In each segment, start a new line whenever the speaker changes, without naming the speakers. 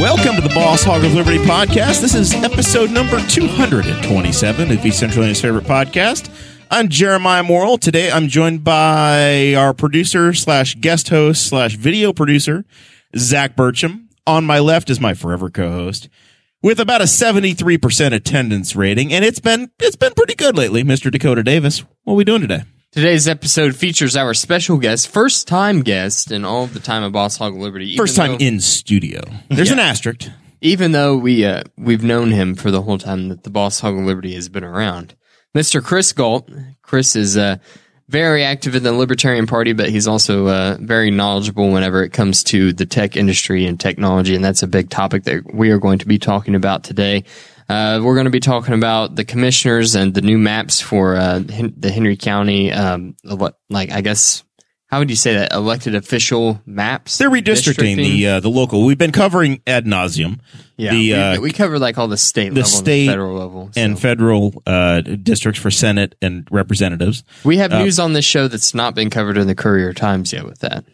Welcome to the Boss Hog of Liberty podcast. This is episode number 227 of East Centralian's favorite podcast. I'm Jeremiah Morrill. Today I'm joined by our producer slash guest host slash video producer, Zach Burcham. On my left is my forever co-host with about a 73% attendance rating. And it's been, it's been pretty good lately, Mr. Dakota Davis. What are we doing today?
Today's episode features our special guest, first time guest in all of the time of Boss Hog Liberty. even
First time
though-
in studio. There's an asterisk.
even though we uh, we've known him for the whole time that the Boss Hog Liberty has been around. Mr. Chris Galt, Chris is uh, very active in the Libertarian Party, but he's also uh, very knowledgeable whenever it comes to the tech industry and technology, and that's a big topic that we are going to be talking about today. Uh, we're going to be talking about the commissioners and the new maps for uh, Hen- the Henry County, um, ele- like I guess how would you say that elected official maps?
They're redistricting the uh, the local. We've been covering ad nauseum
Yeah,
the,
we,
uh,
we cover like all the state
the
level,
state
and the federal level, so.
and federal uh, districts for Senate and representatives.
we have
uh,
news on this show that's not been covered in the Courier Times yet with that,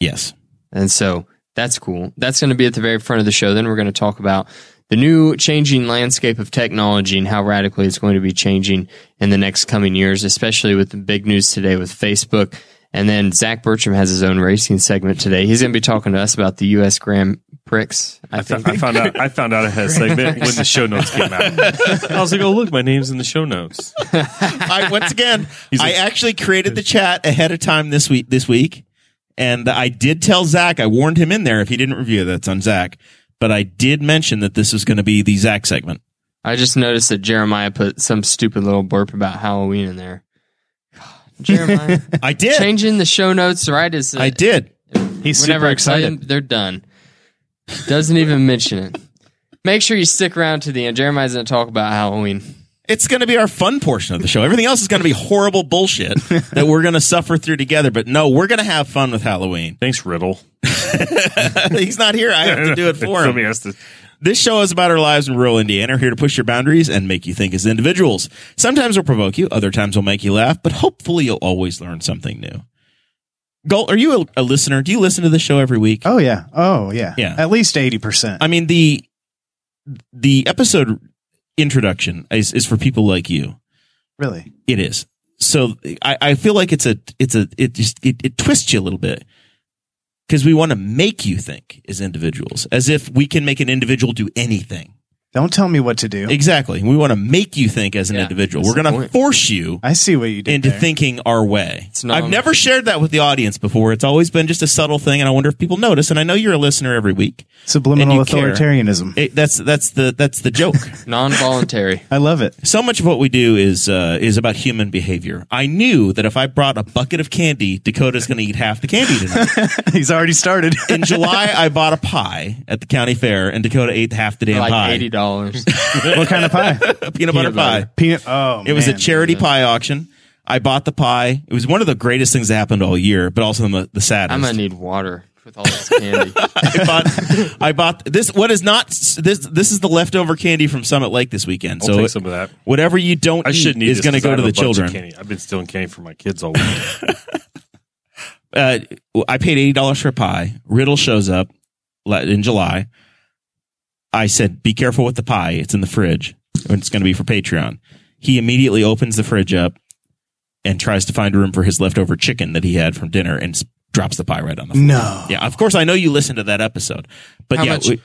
Yes,
and so that's cool. That's going to be at the very front of the show. Then we're going to talk about the new changing landscape of technology and how radically it's going to be changing in the next coming years, especially with the big news today with Facebook. And then Zach Bertram has his own racing segment today. He's going to be talking to us about the U.S. Grand Prix. I think
I found out. I found out I had a segment when the show notes came out. I was like, "Oh, look, my name's in the show notes."
I once again, I actually created the chat ahead of time this week. This week, and I did tell Zach. I warned him in there if he didn't review. That's on Zach. But I did mention that this was going to be the Zach segment.
I just noticed that Jeremiah put some stupid little burp about Halloween in there. God, Jeremiah,
I did.
changing the show notes right as
I did.
He's
whenever
super
I tell
excited.
them they're done. Doesn't even mention it. Make sure you stick around to the end. Jeremiah's going to talk about Halloween.
It's going to be our fun portion of the show. Everything else is going to be horrible bullshit that we're going to suffer through together. But no, we're going to have fun with Halloween.
Thanks, Riddle.
He's not here. I have to do it for him.
Somebody has to-
This show is about our lives in rural Indiana. We're here to push your boundaries and make you think as individuals. Sometimes we'll provoke you, other times we'll make you laugh, but hopefully you'll always learn something new. Gold, are you a, a listener? Do you listen to the show every week?
Oh yeah. Oh yeah.
Yeah.
At least eighty percent.
I mean the the episode introduction is, is for people like you.
Really.
It is. So I, I feel like it's a it's a it just it, it twists you a little bit because we want to make you think as individuals, as if we can make an individual do anything.
Don't tell me what to do.
Exactly. We want to make you think as an
Yeah,
individual.
that's
We're
the
going to
point.
force you
I see what you did.
into
there.
thinking our way.
It's not-
I've never shared that with the audience before. It's always been just a subtle thing, and I wonder if people notice. And I know you're a listener every week.
Subliminal
and you care.
authoritarianism.
It, that's that's the that's the joke.
Non-voluntary.
I love it.
so much of what we do is uh, is about human behavior. I knew that if I brought a bucket of candy, Dakota's going to eat half the candy tonight.
He's already started.
In July, I bought a pie at the county fair, and Dakota ate half the damn
like
pie.
eighty dollars.
what kind of pie?
peanut, butter pie.
Peanut. Oh,
It was a
man.
charity pie auction. I bought the pie. It was one of the greatest things that happened all year, but also the, the saddest.
I'm gonna need water with all this candy.
I bought. I bought this. What is not this? This is the leftover candy from Summit Lake this weekend.
I'll
so
take
it-
some of that.
Whatever you don't
I
eat
should need
is
this
going to
'cause I
go
have
to
a
the
bunch of
children.
candy. I've been stealing candy from my kids all week.
Uh, I paid eighty dollars for a pie. Riddle shows up li- in July. I said, "Be careful with the pie. It's in the fridge. and It's going to be for Patreon." He immediately opens the fridge up and tries to find room for his leftover chicken that he had from dinner, and s- drops the pie right on the floor.
No.
Yeah, of course I know you listened to that episode, but
How
yeah,
much-
we-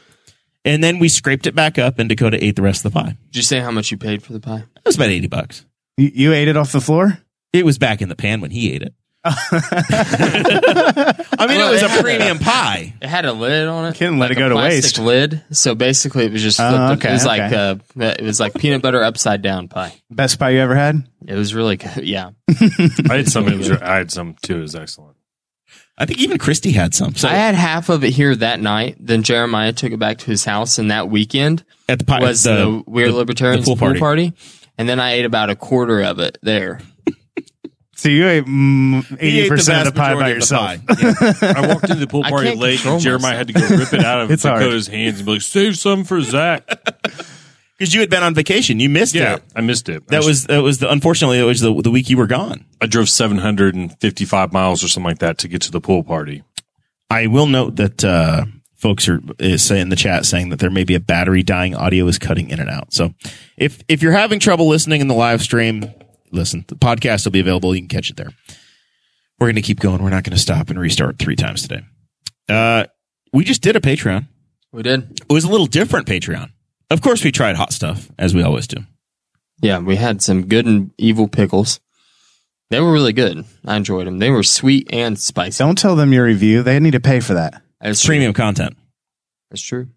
and then we scraped it back up, and Dakota ate the rest of the pie.
Did you say how much you paid for the pie?
It was about eighty bucks.
You, you ate it off the floor.
It was back in the pan when he ate it. I mean,
Well,
it was
it had
a
a-
premium pie.
It had a lid on it.
Couldn't let
like
it go
a
to
plastic
waste.
Lid. So basically, it was just flipped.
Oh,
it
okay,
was like uh,
okay.
it was like peanut butter upside down pie.
Best pie you ever had?
It was really good. Yeah,
I had some. It was, I had some too. It was excellent.
I think even Christy had some. So
I had half of it here that night. Then Jeremiah took it back to his house, and that weekend
at Uh, the pie
was the, Weird Libertarians
the pool
pool
party.
party. And then I ate about a quarter of it there.
So you ate mm,
He ate
eighty
vast
percent of the pie by
majority of the
yourself.
pie. Yeah.
I walked into the pool
I
party
can't
late.
control
and Jeremiah
myself.
had to go rip it out of
It's hard.
Dakota's hands and be like, "Save some for Zach."
Because you had been on vacation, you missed
Yeah,
it.
I missed it. I
That
sh-
was that was the unfortunately it was the the week you were gone.
I drove 755 miles or something like that to get to the pool party.
I will note that uh, folks are is saying in the chat saying that there may be a battery dying, audio is cutting in and out. So if if you're having trouble listening in the live stream, listen. The podcast will be available. You can catch it there. We're going to keep going. We're not going to stop and restart three times today. Uh, we just did a Patreon.
We did.
It was a little different Patreon. Of course, we tried hot stuff as we always do.
Yeah, we had some good and evil pickles. They were really good. I enjoyed them. They were sweet and spicy.
Don't tell them your review. They need to pay for that.
That's true.
Premium content.
That's true.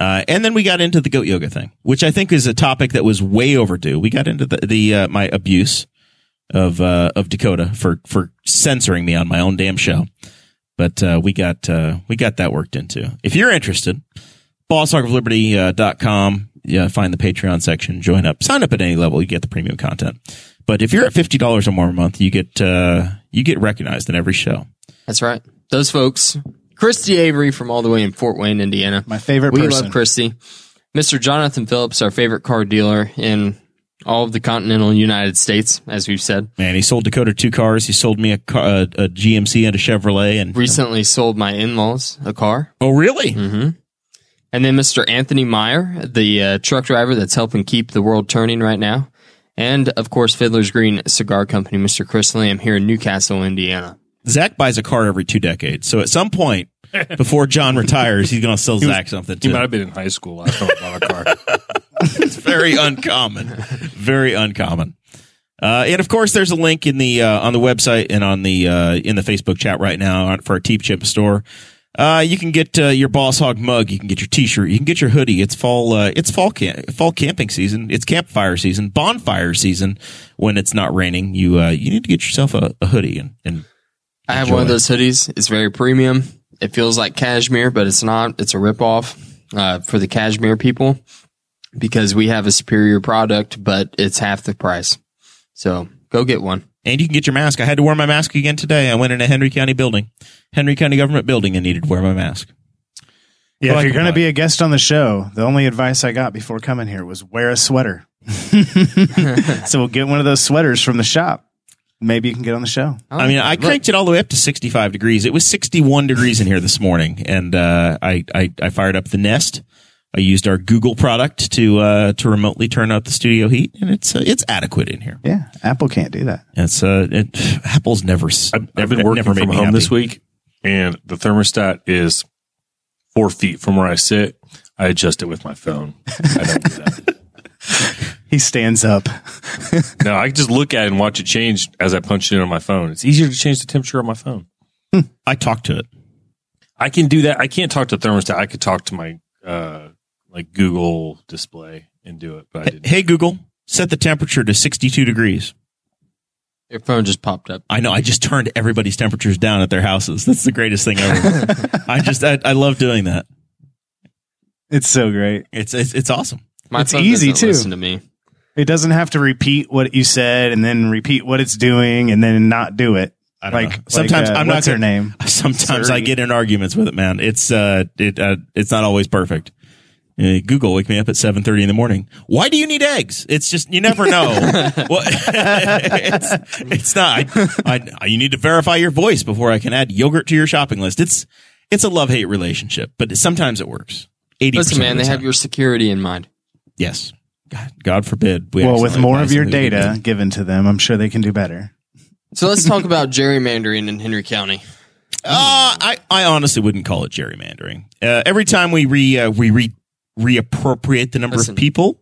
Uh, and then we got into the goat yoga thing, which I think is a topic that was way overdue. We got into the, the uh, my abuse of uh, of Dakota for for censoring me on my own damn show, but uh, we got uh, we got that worked into. If you're interested, bosstalkofliberty.com. Yeah, find the Patreon section, join up, sign up at any level, you get the premium content. But if you're at fifty dollars or more a month, you get uh, you get recognized in every show.
That's right. Those folks, Christy Avery from all the way in Fort Wayne, Indiana.
My favorite
we
person.
love Christy. Mr. Jonathan Phillips, our favorite car dealer in all of the continental United States, as we've said,
Man, he sold Dakota two cars. He sold me a car, a, a GMC and a Chevrolet. And
recently sold my in-laws a car.
oh, really?
Mm-hmm.
And then Mr. Anthony Meyer, the uh, truck driver that's helping keep the world turning right now. And of course, Fiddler's Green Cigar Company, Mr. Chris Lamb here in Newcastle, Indiana.
Zach buys a car every two decades. So at some point before John retires, he's going to sell Zach something
He
too.
might have been in high school last time I bought a car.
It's very uncommon. Very uncommon. Uh, and of course, there's a link in the uh, on the website and on the uh, in the Facebook chat right now on- for our Teep Chip store. Uh, you can get uh, your Boss Hog mug. You can get your T-shirt. You can get your hoodie. It's fall. Uh, it's fall camp. Fall camping season. It's campfire season. Bonfire season. When it's not raining, you uh, you need to get yourself a, a hoodie and, and
I have
Enjoy.
one of those hoodies. It's very premium. It feels like cashmere, but it's not. It's a ripoff uh, for the cashmere people because we have a superior product, but it's half the price. So go get one.
And you can get your mask. I had to wear my mask again today. I went in a Henry County building, Henry County government building, and needed to wear my mask.
Yeah,
Like
if you're going
what?
to be a guest on the show, the only advice I got before coming here was wear a sweater. so we'll get one of those sweaters from the shop. Maybe you can get on the show.
Oh,
I mean, I
look.
cranked it all the way up to 65 degrees. It was 61 degrees in here this morning, and uh, I, I I fired up the Nest. I used our Google product to uh, to remotely turn out the studio heat, and it's uh, it's adequate in here.
Yeah, Apple can't do that.
It's uh, it, Apple's never. s-
I've, I've
never-
been working
never made
from
me
home this
happy.
week, and the thermostat is four feet from where I sit. I adjust it with my phone. I don't do that.
He stands up.
No, I can just look at it and watch it change as I punch it in on my phone. It's easier to change the temperature on my phone.
I talked to it.
I can do that. I can't talk to the thermostat. I could talk to my uh, like Google display and do it, but I didn't.
Hey Google, set the temperature to 62 degrees.
your phone just popped up.
I know. I just turned everybody's temperatures down at their houses. That's the greatest thing ever. I just, I, I love doing that.
It's so great.
It's, it's, it's awesome.
My
It's
phone
easy,
doesn't
too.
Listen to me.
It doesn't have to repeat what you said and then repeat what it's doing and then not do it.
I don't
Like uh,
know. sometimes I'm not
what's her
gonna-
name.
Sometimes I
Sorry.
get in arguments with it, man. It's, uh, it, uh, it's not always perfect. Uh, Google wake me up at 7:30 in the morning. Why do you need eggs? It's just you never know. well, it's, it's not. I, I, you need to verify your voice before I can add yogurt to your shopping list. It's it's a love hate relationship, but sometimes it works. 80%
Listen, man,
of the
they have
time.
your security in mind.
Yes. God, God forbid. We
Well, with
accidentally
more
buy
of your
something we
data
didn't.
given to them, I'm sure they can do better.
So let's talk about gerrymandering in Henry County.
Uh, I, I honestly wouldn't call it gerrymandering. Uh, every time we re uh, we re reappropriate the number
Listen.
of people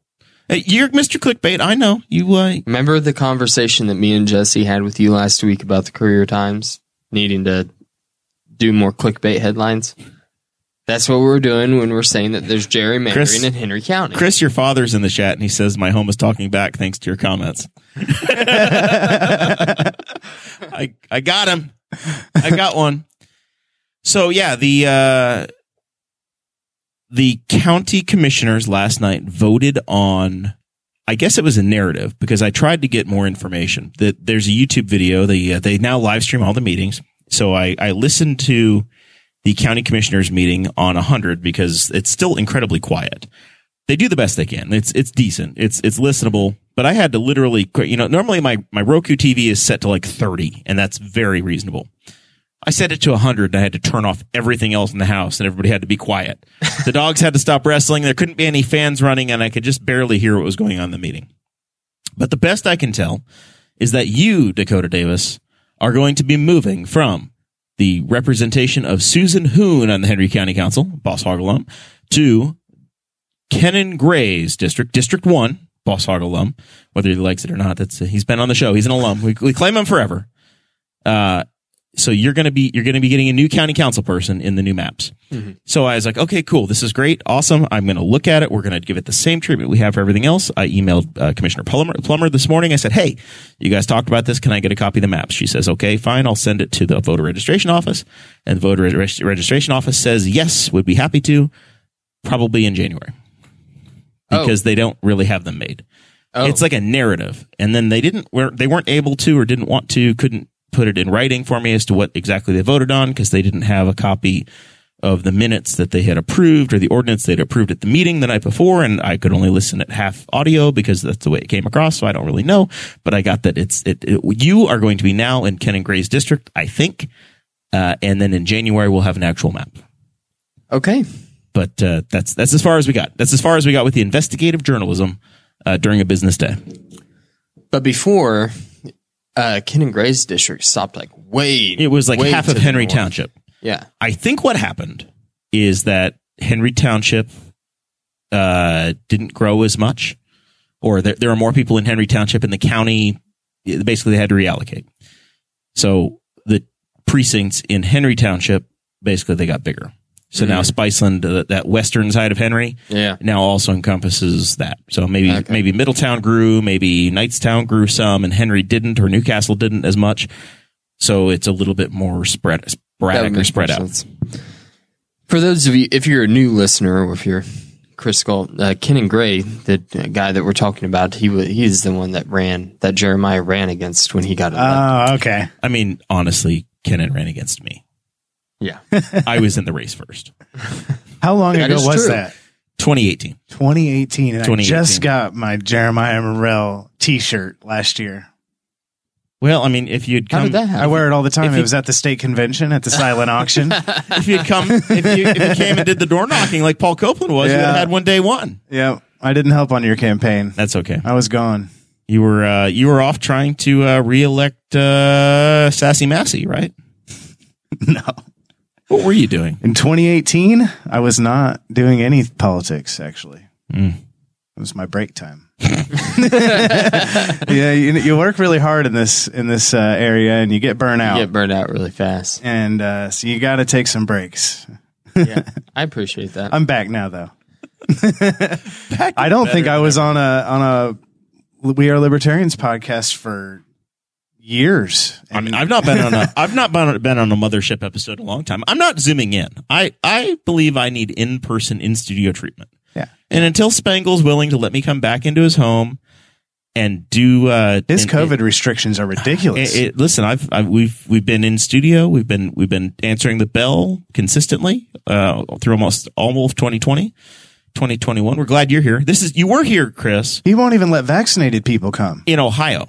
Hey, you're Mr. Clickbait. I know you. Uh,
Remember the conversation that me and Jesse had with you last week about the Courier Times needing to do more clickbait headlines? That's what we're doing when we're saying that there's gerrymandering
Chris-
in Henry County.
Chris, your father's in the chat, and he says my home is talking back thanks to your comments. I I got him. I got one. So yeah, the uh, the county commissioners last night voted on. I guess it was a narrative because I tried to get more information. That there's a YouTube video. They uh, they now live stream all the meetings. So I I listened to the county commissioners meeting on 100 because it's still incredibly quiet they do the best they can. It's it's decent. It's it's listenable. But I had to literally, cr- you know, normally my my Roku TV is set to like thirty, and that's very reasonable. I set it to hundred, and I had to turn off everything else in the house, and everybody had to be quiet. the dogs had to stop wrestling. There couldn't be any fans running, and I could just barely hear what was going on in the meeting. But the best I can tell is that you, Dakota Davis, are going to be moving from the representation of Susan Hoon on the Henry County Council, Boss Hog alum, to Kenan Gray's district, District One, Boss Hog alum. Whether he likes it or not, that's he's been on the show. He's an alum. We, we claim him forever. Uh, so you're gonna be you're gonna be getting a new county council person in the new maps. So I was like, okay, cool, this is great, awesome. I'm gonna look at it. We're gonna give it the same treatment we have for everything else. I emailed uh, Commissioner Plummer, Plummer this morning. I said, hey, you guys talked about this. Can I get a copy of the maps? She says, okay, fine. I'll send it to the voter registration office, and the voter reg- registration office says yes, would be happy to, probably in January because they don't really have them made. It's like a narrative, and then they didn't were they weren't able to or didn't want to couldn't put it in writing for me as to what exactly they voted on because they didn't have a copy of the minutes that they had approved or the ordinance they'd approved at the meeting the night before and I could only listen at half audio because that's the way it came across so I don't really know but I got that it's it, it you are going to be now in Ken and Gray's district I think uh, and then in January we'll have an actual map
okay.
but uh, that's that's as far as we got. That's as far as we got with the investigative journalism uh, during a business day.
But before, uh, Ken and Gray's district stopped like way.
It was like
way
half
to
of
the
Henry
north.
Township.
Yeah.
I think what happened is that Henry Township uh, didn't grow as much, or there, there are more people in Henry Township in the county. it- Basically, they had to reallocate. So the precincts in Henry Township basically they got bigger. So now Spiceland, uh, that western side of Henry,
Yeah.
now also encompasses that. So maybe
Okay.
maybe Middletown grew, maybe Knightstown grew some, and Henry didn't, or Newcastle didn't as much. So it's a little bit more spread
That would
sporadic or
make
spread
more
out.
sense. For those of you, if you're a new listener or if you're Chris Galt, uh, Ken and Gray, the uh, guy that we're talking about, he was he's the one that ran that Jeremiah ran against when he got elected.
Uh,
Oh, okay.
I mean, honestly, Kenan ran against me.
yeah,
I was in the race first.
How long
That
ago
is
was
true.
that?
2018.
2018, and I
2018.
just got my Jeremiah Morrell T-shirt last year. Um,
Well, I mean, if you'd
how
come,
did that happen?
I wear it all the time.
If
It
you-
was at the state convention at the silent auction.
if you'd come, if you, if you came and did the door knocking like Paul Copeland was, you would have
Yeah.
had one day one.
yeah, I didn't help on your campaign.
That's okay.
I was gone.
You were uh, you were off trying to uh, reelect uh, Sassy Massey, right?
No.
What were you doing?
In 2018, I was not doing any politics, actually.
Mm.
It was my break time. yeah, you, you work really hard in this in this uh, area, and you get burnt out,
you get burned out really fast.
and uh, so you got to take some breaks.
Yeah, I appreciate that.
I'm back now, though. I don't think I was on a on a We Are Libertarians podcast for years.
I mean, I've not been on a I've not been, been on a mothership episode in a long time. I'm not zooming in. I I believe I need in person in studio treatment.
Yeah.
And until Spangle's willing to let me come back into his home and do uh
His
and-
COVID restrictions are ridiculous.
It, it, listen, I've, I've we've we've been in studio. We've been we've been answering the bell consistently uh, through almost almost 2020, 2021. We're glad you're here. This is you were here, Chris,
he won't even let vaccinated people come.
in Ohio.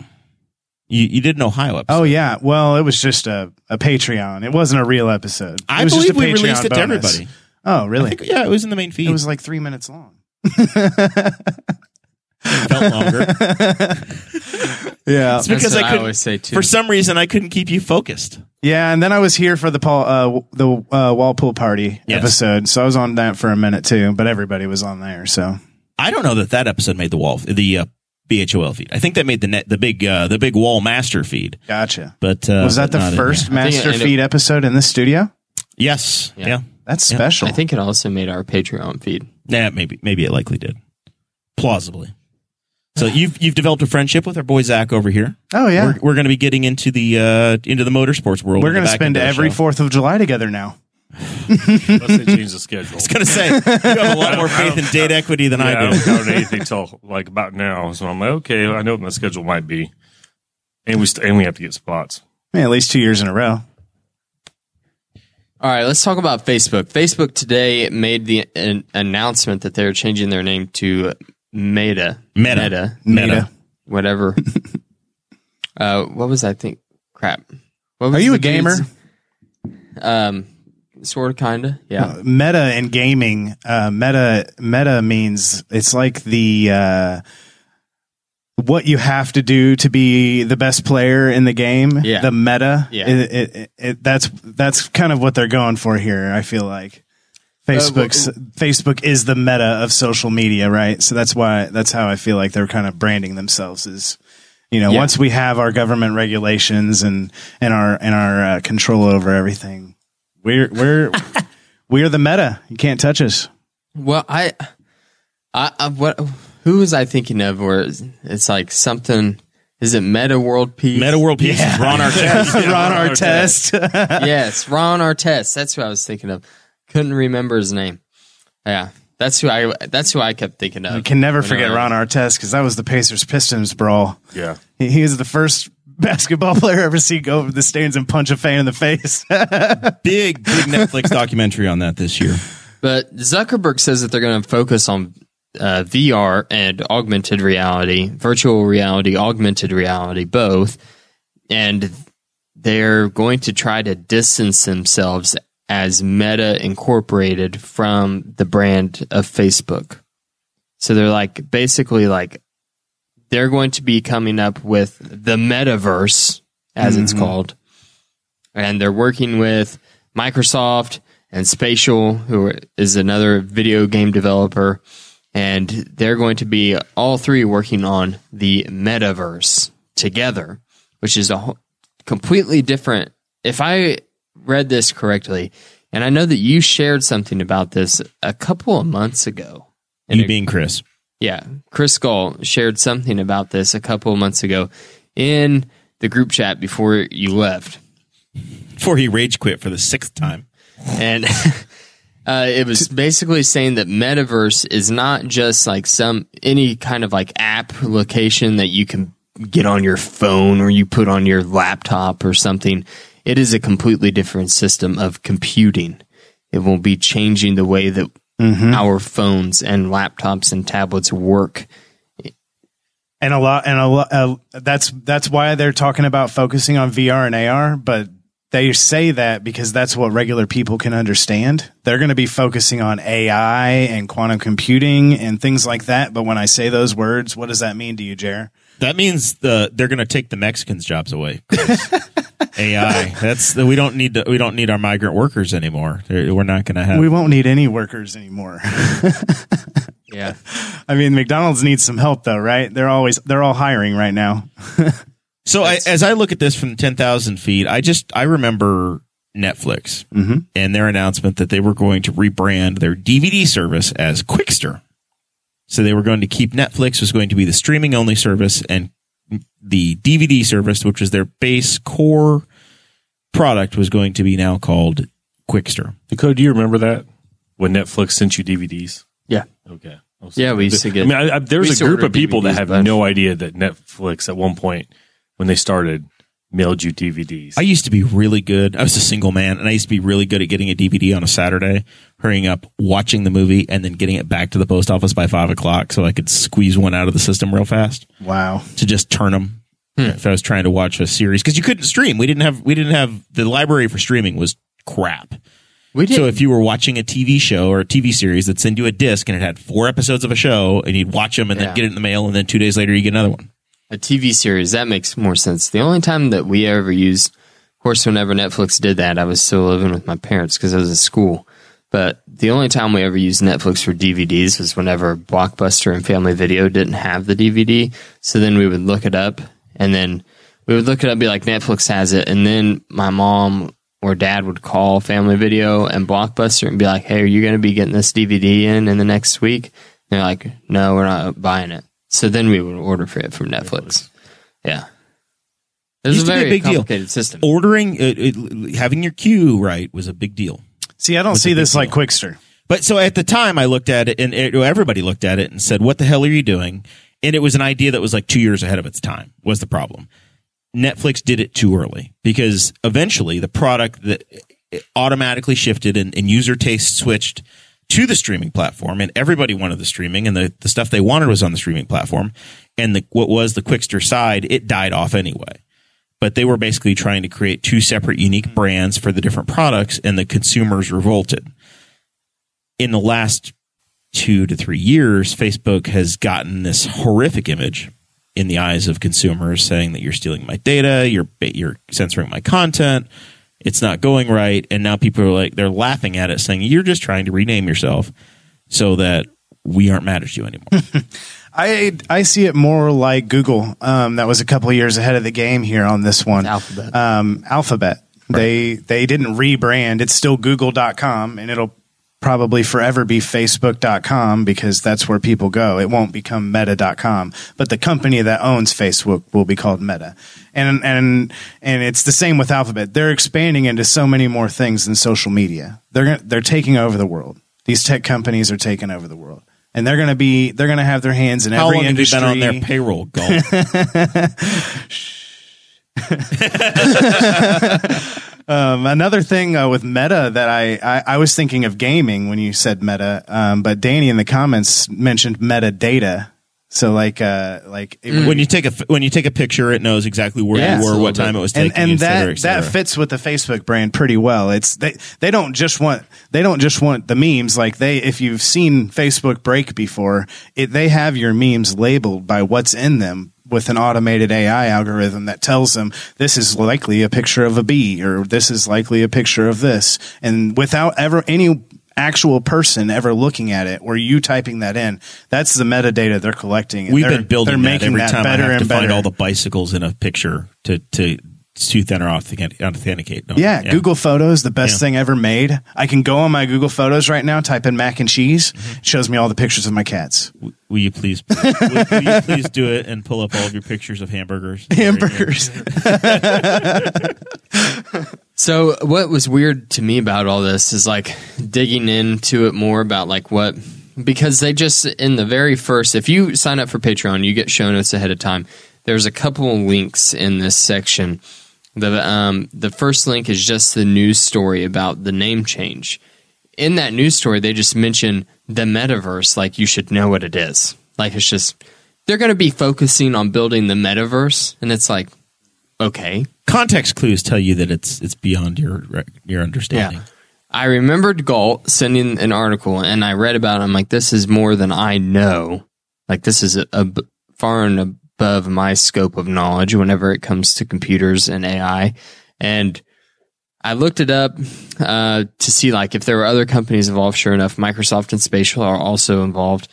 You you did an Ohio episode.
Oh yeah. Well, it was just a, a Patreon. It wasn't a real episode. It
I
was
believe
just a
we released it to
bonus.
everybody.
Oh really?
I think, yeah, it was in the main feed.
it was like three minutes long.
It felt longer.
Yeah.
It's because
That's what
I
I
couldn't.
always say too.
for some reason, I couldn't keep you focused.
Yeah, and then I was here for the Paul uh, w- the uh, Walpole party
Yes.
episode, so I was on that for a minute too. But everybody was on there, so
I don't know that that episode made the wall the uh, BHOL feed. I think that made the net the big uh, the big wall master feed.
Gotcha.
But uh,
was
but
that the
not in
first
there.
I think it
Master
ended-
Feed episode in this studio?
Yes.
Yeah.
Yeah. yeah.
That's
Yeah.
special.
I think it also made our Patreon feed.
maybe maybe it likely did. Plausibly. So you've you've developed a friendship with our boy Zach over here.
oh yeah,
We're, we're going to be getting into the uh, into the motorsports world.
we're
in the
going to
back end
spend
of the
every
show.
Fourth of July together now.
Unless they change the schedule.
I was going to say you have a lot more
I don't-
faith in date equity than
Yeah, I
I do.
don't count anything till like about now. So I'm like, okay, I know what my schedule might be, and we st- and we have to get spots.
Yeah, at least two years in a row.
All right, let's talk about Facebook. Facebook today made the an announcement that they're changing their name to Meta.
Meta.
Meta.
Meta.
Whatever. uh, what was I think? Crap. What was
Are you
the
a gamer?
dude's- Um, sort of, kinda. Yeah.
Uh, Meta in gaming. Uh, meta meta means it's like the uh, what you have to do to be the best player in the game.
Yeah.
The meta.
Yeah.
It, it, it, it- that's that's kind of what they're going for here. I feel like
Oh,
Facebook's Facebook is the meta of social media, right? So that's why that's how I feel like they're kind of branding themselves as. You know,
Yeah.
once we have our government regulations and and our and our uh, control over everything, we're we're we are the meta. You can't touch us.
Well, I, I, I what? Who was I thinking of? Where it's, it's like something. Is it Meta World Peace?
Meta World Peace. Ron Artest.
Ron Artest.
yes, Ron Artest. That's who I was thinking of. Couldn't remember his name. Yeah, that's who I. That's who I kept thinking of.
I can never forget
I-
Ron Artest because that was the Pacers Pistons brawl.
Yeah,
He, he was the first basketball player I ever see go over the stands and punch a fan in the face.
big big Netflix documentary on that this year.
But Zuckerberg says that they're going to focus on uh, VR and augmented reality, virtual reality, augmented reality, both, and they're going to try to distance themselves as Meta Incorporated from the brand of Facebook. So they're like basically like they're going to be coming up with the metaverse as it's called and they're working with Microsoft and Spatial, who is another video game developer, and they're going to be all three working on the metaverse together, which is a whole- completely different. If I read this correctly, and I know that you shared something about this a couple of months ago.
you being Chris.
Yeah, Chris Gull shared something about this a couple of months ago in the group chat before you left.
Before he rage quit for the sixth time.
and uh, it was basically saying that metaverse is not just like some any kind of like app location that you can get on your phone or you put on your laptop or something it is a completely different system of computing it will be changing the way that our phones and laptops and tablets work
and a lot and a lot uh, that's that's why they're talking about focusing on VR and AR but they say that because that's what regular people can understand. They're going to be focusing on AI and quantum computing and things like that. But when I say those words, what does that mean to you, Jer?
That means the they're going to take the Mexicans' jobs away. Chris. AI. That's we don't need to, we don't need our migrant workers anymore. They're- We're not going to have.
We won't need any workers anymore.
yeah
I mean, McDonald's needs some help though, right? They're always they're all hiring right now.
so I, as I look at this from ten thousand feet, I just I remember Netflix and their announcement that they were going to rebrand their DVD service as Quickster. So they were going to keep Netflix was going to be the streaming only service and the DVD service, which was their base core product, was going to be now called Quickster.
Dakota, do you remember that when Netflix sent you DVDs?
yeah
Okay. I was-
yeah we used to
I
get
mean, I, I,
we
there's a
still
group
order
of people that
DVDs,
have
but-
no idea that Netflix at one point when they started mailed you DVDs.
I used to be really good. I was a single man, and I used to be really good at getting a DVD on a Saturday, hurrying up, watching the movie, and then getting it back to the post office by five o'clock so I could squeeze one out of the system real fast
Wow.
to just turn them.
Hmm.
If I was trying to watch a series, because you couldn't stream, we didn't have we didn't have the library for streaming was crap.
we did
So if you were watching a TV show or a TV series that send you a disc and it had four episodes of a show, and you'd watch them and
Yeah.
then get it in the mail, and then two days later you get another one.
a TV series. That makes more sense. The only time that we ever used, of course, whenever Netflix did that, I was still living with my parents because I was at school. But the only time we ever used Netflix for DVDs was whenever Blockbuster and Family Video didn't have the DVD. So then we would look it up and then we would look it up and be like, Netflix has it. And then my mom or dad would call Family Video and Blockbuster and be like, hey, are you going to be getting this DVD in in the next week? And they're like, no, we're not buying it. So then we would order for it from Netflix. Yeah. It was a
Used to be a
very
big deal.
complicated system.
Ordering, it, it, having your queue right was a big deal.
See, I don't see
a big
this like Quickster.
But so at the time, I looked at it, and it, everybody looked at it and said, "What the hell are you doing?" And it was an idea that was like two years ahead of its time. Was the problem? Netflix did it too early because eventually the product that it automatically shifted and, and user taste switched to the streaming platform, and everybody wanted the streaming, and the, the stuff they wanted was on the streaming platform, and the, what was the Quickster side, it died off anyway but they were basically trying to create two separate unique brands for the different products and the consumers revolted in the last two to three years facebook has gotten this horrific image in the eyes of consumers saying that you're stealing my data you're you're censoring my content it's not going right and now people are like they're laughing at it saying you're just trying to rename yourself so that we aren't mad at you anymore
I I see it more like Google. Um, that was a couple of years ahead of the game here on this one.
Alphabet.
Um, Alphabet. They they didn't rebrand. It's still Google.com, and it'll probably forever be Facebook.com because that's where people go. It won't become Meta.com, but the company that owns Facebook will be called Meta. And and and it's the same with Alphabet. They're expanding into so many more things than social media. They're gonna- they're taking over the world. These tech companies are taking over the world. And they're going to be they're going to have their hands in
how
every
long have you
industry.
been on their payroll Gulp?
Um, another thing uh, with meta that I, I, I was thinking of gaming when you said meta, um, but Danny in the comments mentioned metadata. So like uh, like it would,
when you take a when you take a picture, it knows exactly where
Yeah,
you were, what
absolutely.
time it was taken,
and and
et cetera,
that
et cetera.
that fits with the Facebook brand pretty well. It's they they don't just want they don't just want the memes like they if you've seen Facebook break before, it, they have your memes labeled by what's in them with an automated AI algorithm that tells them this is likely a picture of a bee or this is likely a picture of this and without ever any actual person ever looking at it or you typing that in that's the metadata they're collecting and
We've
they're-
been building
they're
that
making
every
that
time
better
I have
and
to
better
find all the bicycles in a picture to to to then or authenticate. authenticate. No,
Yeah, Google Photos, the best
Yeah.
thing ever made. I can go on my Google Photos right now, type in mac and cheese,
Mm-hmm.
it shows me all the pictures of my cats.
W- Will you please will, will you please do it and pull up all of your pictures of hamburgers?
Hamburgers.
So what was weird to me about all this is like digging into it more about like what because they just in the very first if you sign up for Patreon you get show notes ahead of time. There's a couple links in this section. The um the first link is just the news story about the name change. In that news story they just mention the metaverse like you should know what it is. Like it's just they're going to be focusing on building the metaverse and it's like okay
Context clues tell you that it's it's beyond your your understanding.
I remembered Galt sending an article and I read about it. I'm like, this is more than I know. Like, this is a, ab far and above my scope of knowledge whenever it comes to computers and AI. And I looked it up uh, to see like if there were other companies involved. Sure enough, Microsoft and Spatial are also involved.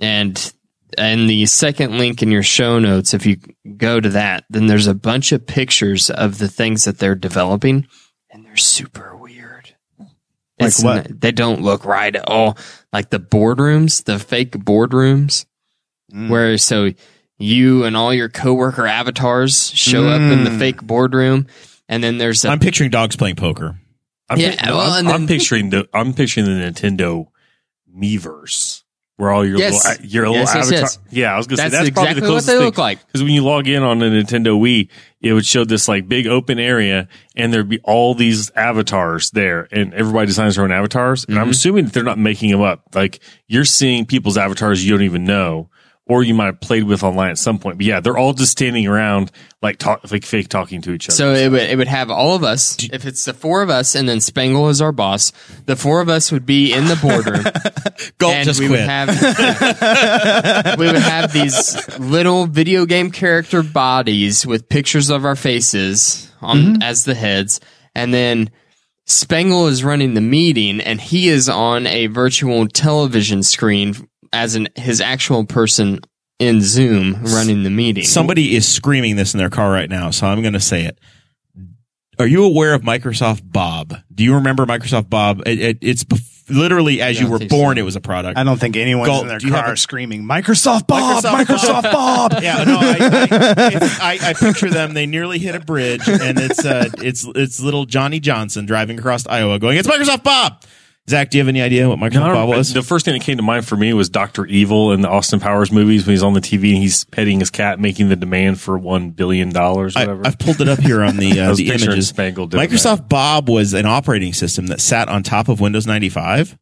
And and the second link in your show notes, if you go to that, then there's a bunch of pictures of the things that they're developing, and they're super weird.
Like what?
n- They don't look right at all. Like the boardrooms, the fake boardrooms,
Mm.
where so you and all your coworker avatars show up in the fake boardroom, and then there's a
I'm picturing dogs playing poker.
I'm,
Yeah,
pic- no,
well,
I'm-
and then-
I'm picturing the I'm picturing the Nintendo Miiverse where all your
Yes.
little your little
Yes, yes,
avatar.
yes.
Yeah, I was gonna
That's
say that's probably
exactly
the
what
closest
they
thing.
look like.
Because when you log in on a Nintendo Wii, it would show this like big open area, and there'd be all these avatars there, and everybody designs their own avatars. And
Mm-hmm.
I'm assuming that they're not making them up. Like you're seeing people's avatars you don't even know. Or you might have played with online at some point, but yeah, they're all just standing around like talk, like fake talking to each other.
So it would it would have all of us. If it's the four of us, and then Spangle is our boss, the four of us would be in the boardroom,
Gulp
and
just
we
quit.
would have we would have these little video game character
Mm-hmm.
bodies with pictures of our faces on as the heads, and then Spangle is running the meeting, and he is on a virtual television screen as an his actual person in Zoom running the meeting.
Somebody is screaming this in their car right now, so I'm going to say it. Are you aware of Microsoft Bob? Do you remember Microsoft Bob? It, it, it's bef- literally as you
I
were
think
born,
so.
it was a product.
I don't think anyone's
Galt,
in their
do you have
car
a-
screaming Microsoft Bob,
Microsoft
Microsoft Bob.
yeah, no, I, I, it's- I, I picture them. They nearly hit a bridge, and it's uh, it's it's little Johnny Johnson driving across Iowa, going, "It's Microsoft Bob." Zach, do you have any idea what Microsoft Bob was?
The first thing that came to mind for me was Doctor Evil in the Austin Powers movies when he's on the TV and he's petting his cat, making the demand for one billion dollars.
I,
Whatever.
I've pulled it up here on the
I
uh,
was
the
picturing
images.
Spangle doing
Microsoft Bob was an operating system that sat on top of Windows 95,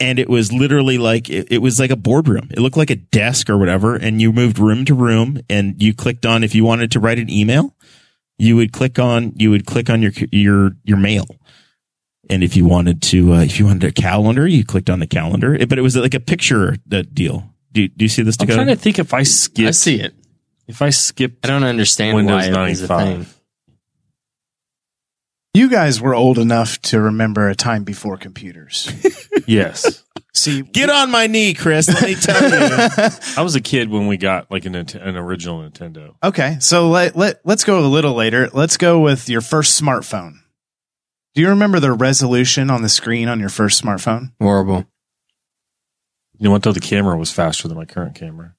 and it was literally like it, it was like a boardroom. It looked like a desk or whatever, and you moved room to room, and you clicked on if you wanted to write an email, you would click on you would click on your your your mail. And if you wanted to, uh, if you wanted a calendar, you clicked on the calendar. It- but it was like a picture uh, deal. Do, do you see this?
I'm
Dakota?
trying to think if I skipped.
I see it.
If I skipped,
I don't understand
Windows
why it was a
95.
thing.
You guys were old enough to remember a time before computers.
yes,
See,
Get on my knee, Chris. Let me tell you.
I was a kid when we got like an, Nint- an original Nintendo.
okay, so let, let, let's go a little later. Let's go with your first smartphone. Do you remember the resolution on the screen on your first smartphone?
Horrible.
You know what? Though the camera was faster than my current camera,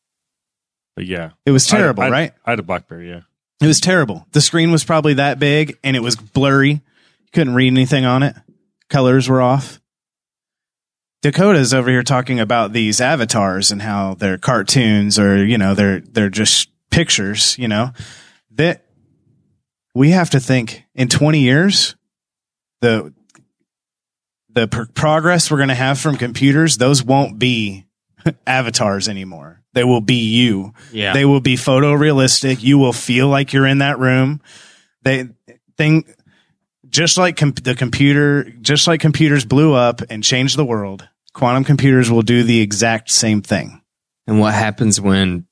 but yeah,
It was terrible,
I, I,
right?
I had a BlackBerry. Yeah,
It was terrible. The screen was probably that big and it was blurry. You couldn't read anything on it. Colors were off. Dakota's over here talking about these avatars and how they're cartoons or, you know, they're they're just pictures, you know. That we have to think in 20 years the the pr- progress we're going to have from computers, those won't be avatars anymore. They will be you.
Yeah.
They will be photorealistic. You will feel like you're in that room. They thing just like com- the computer, just like computers blew up and changed the world. Quantum computers will do the exact same thing.
and what happens when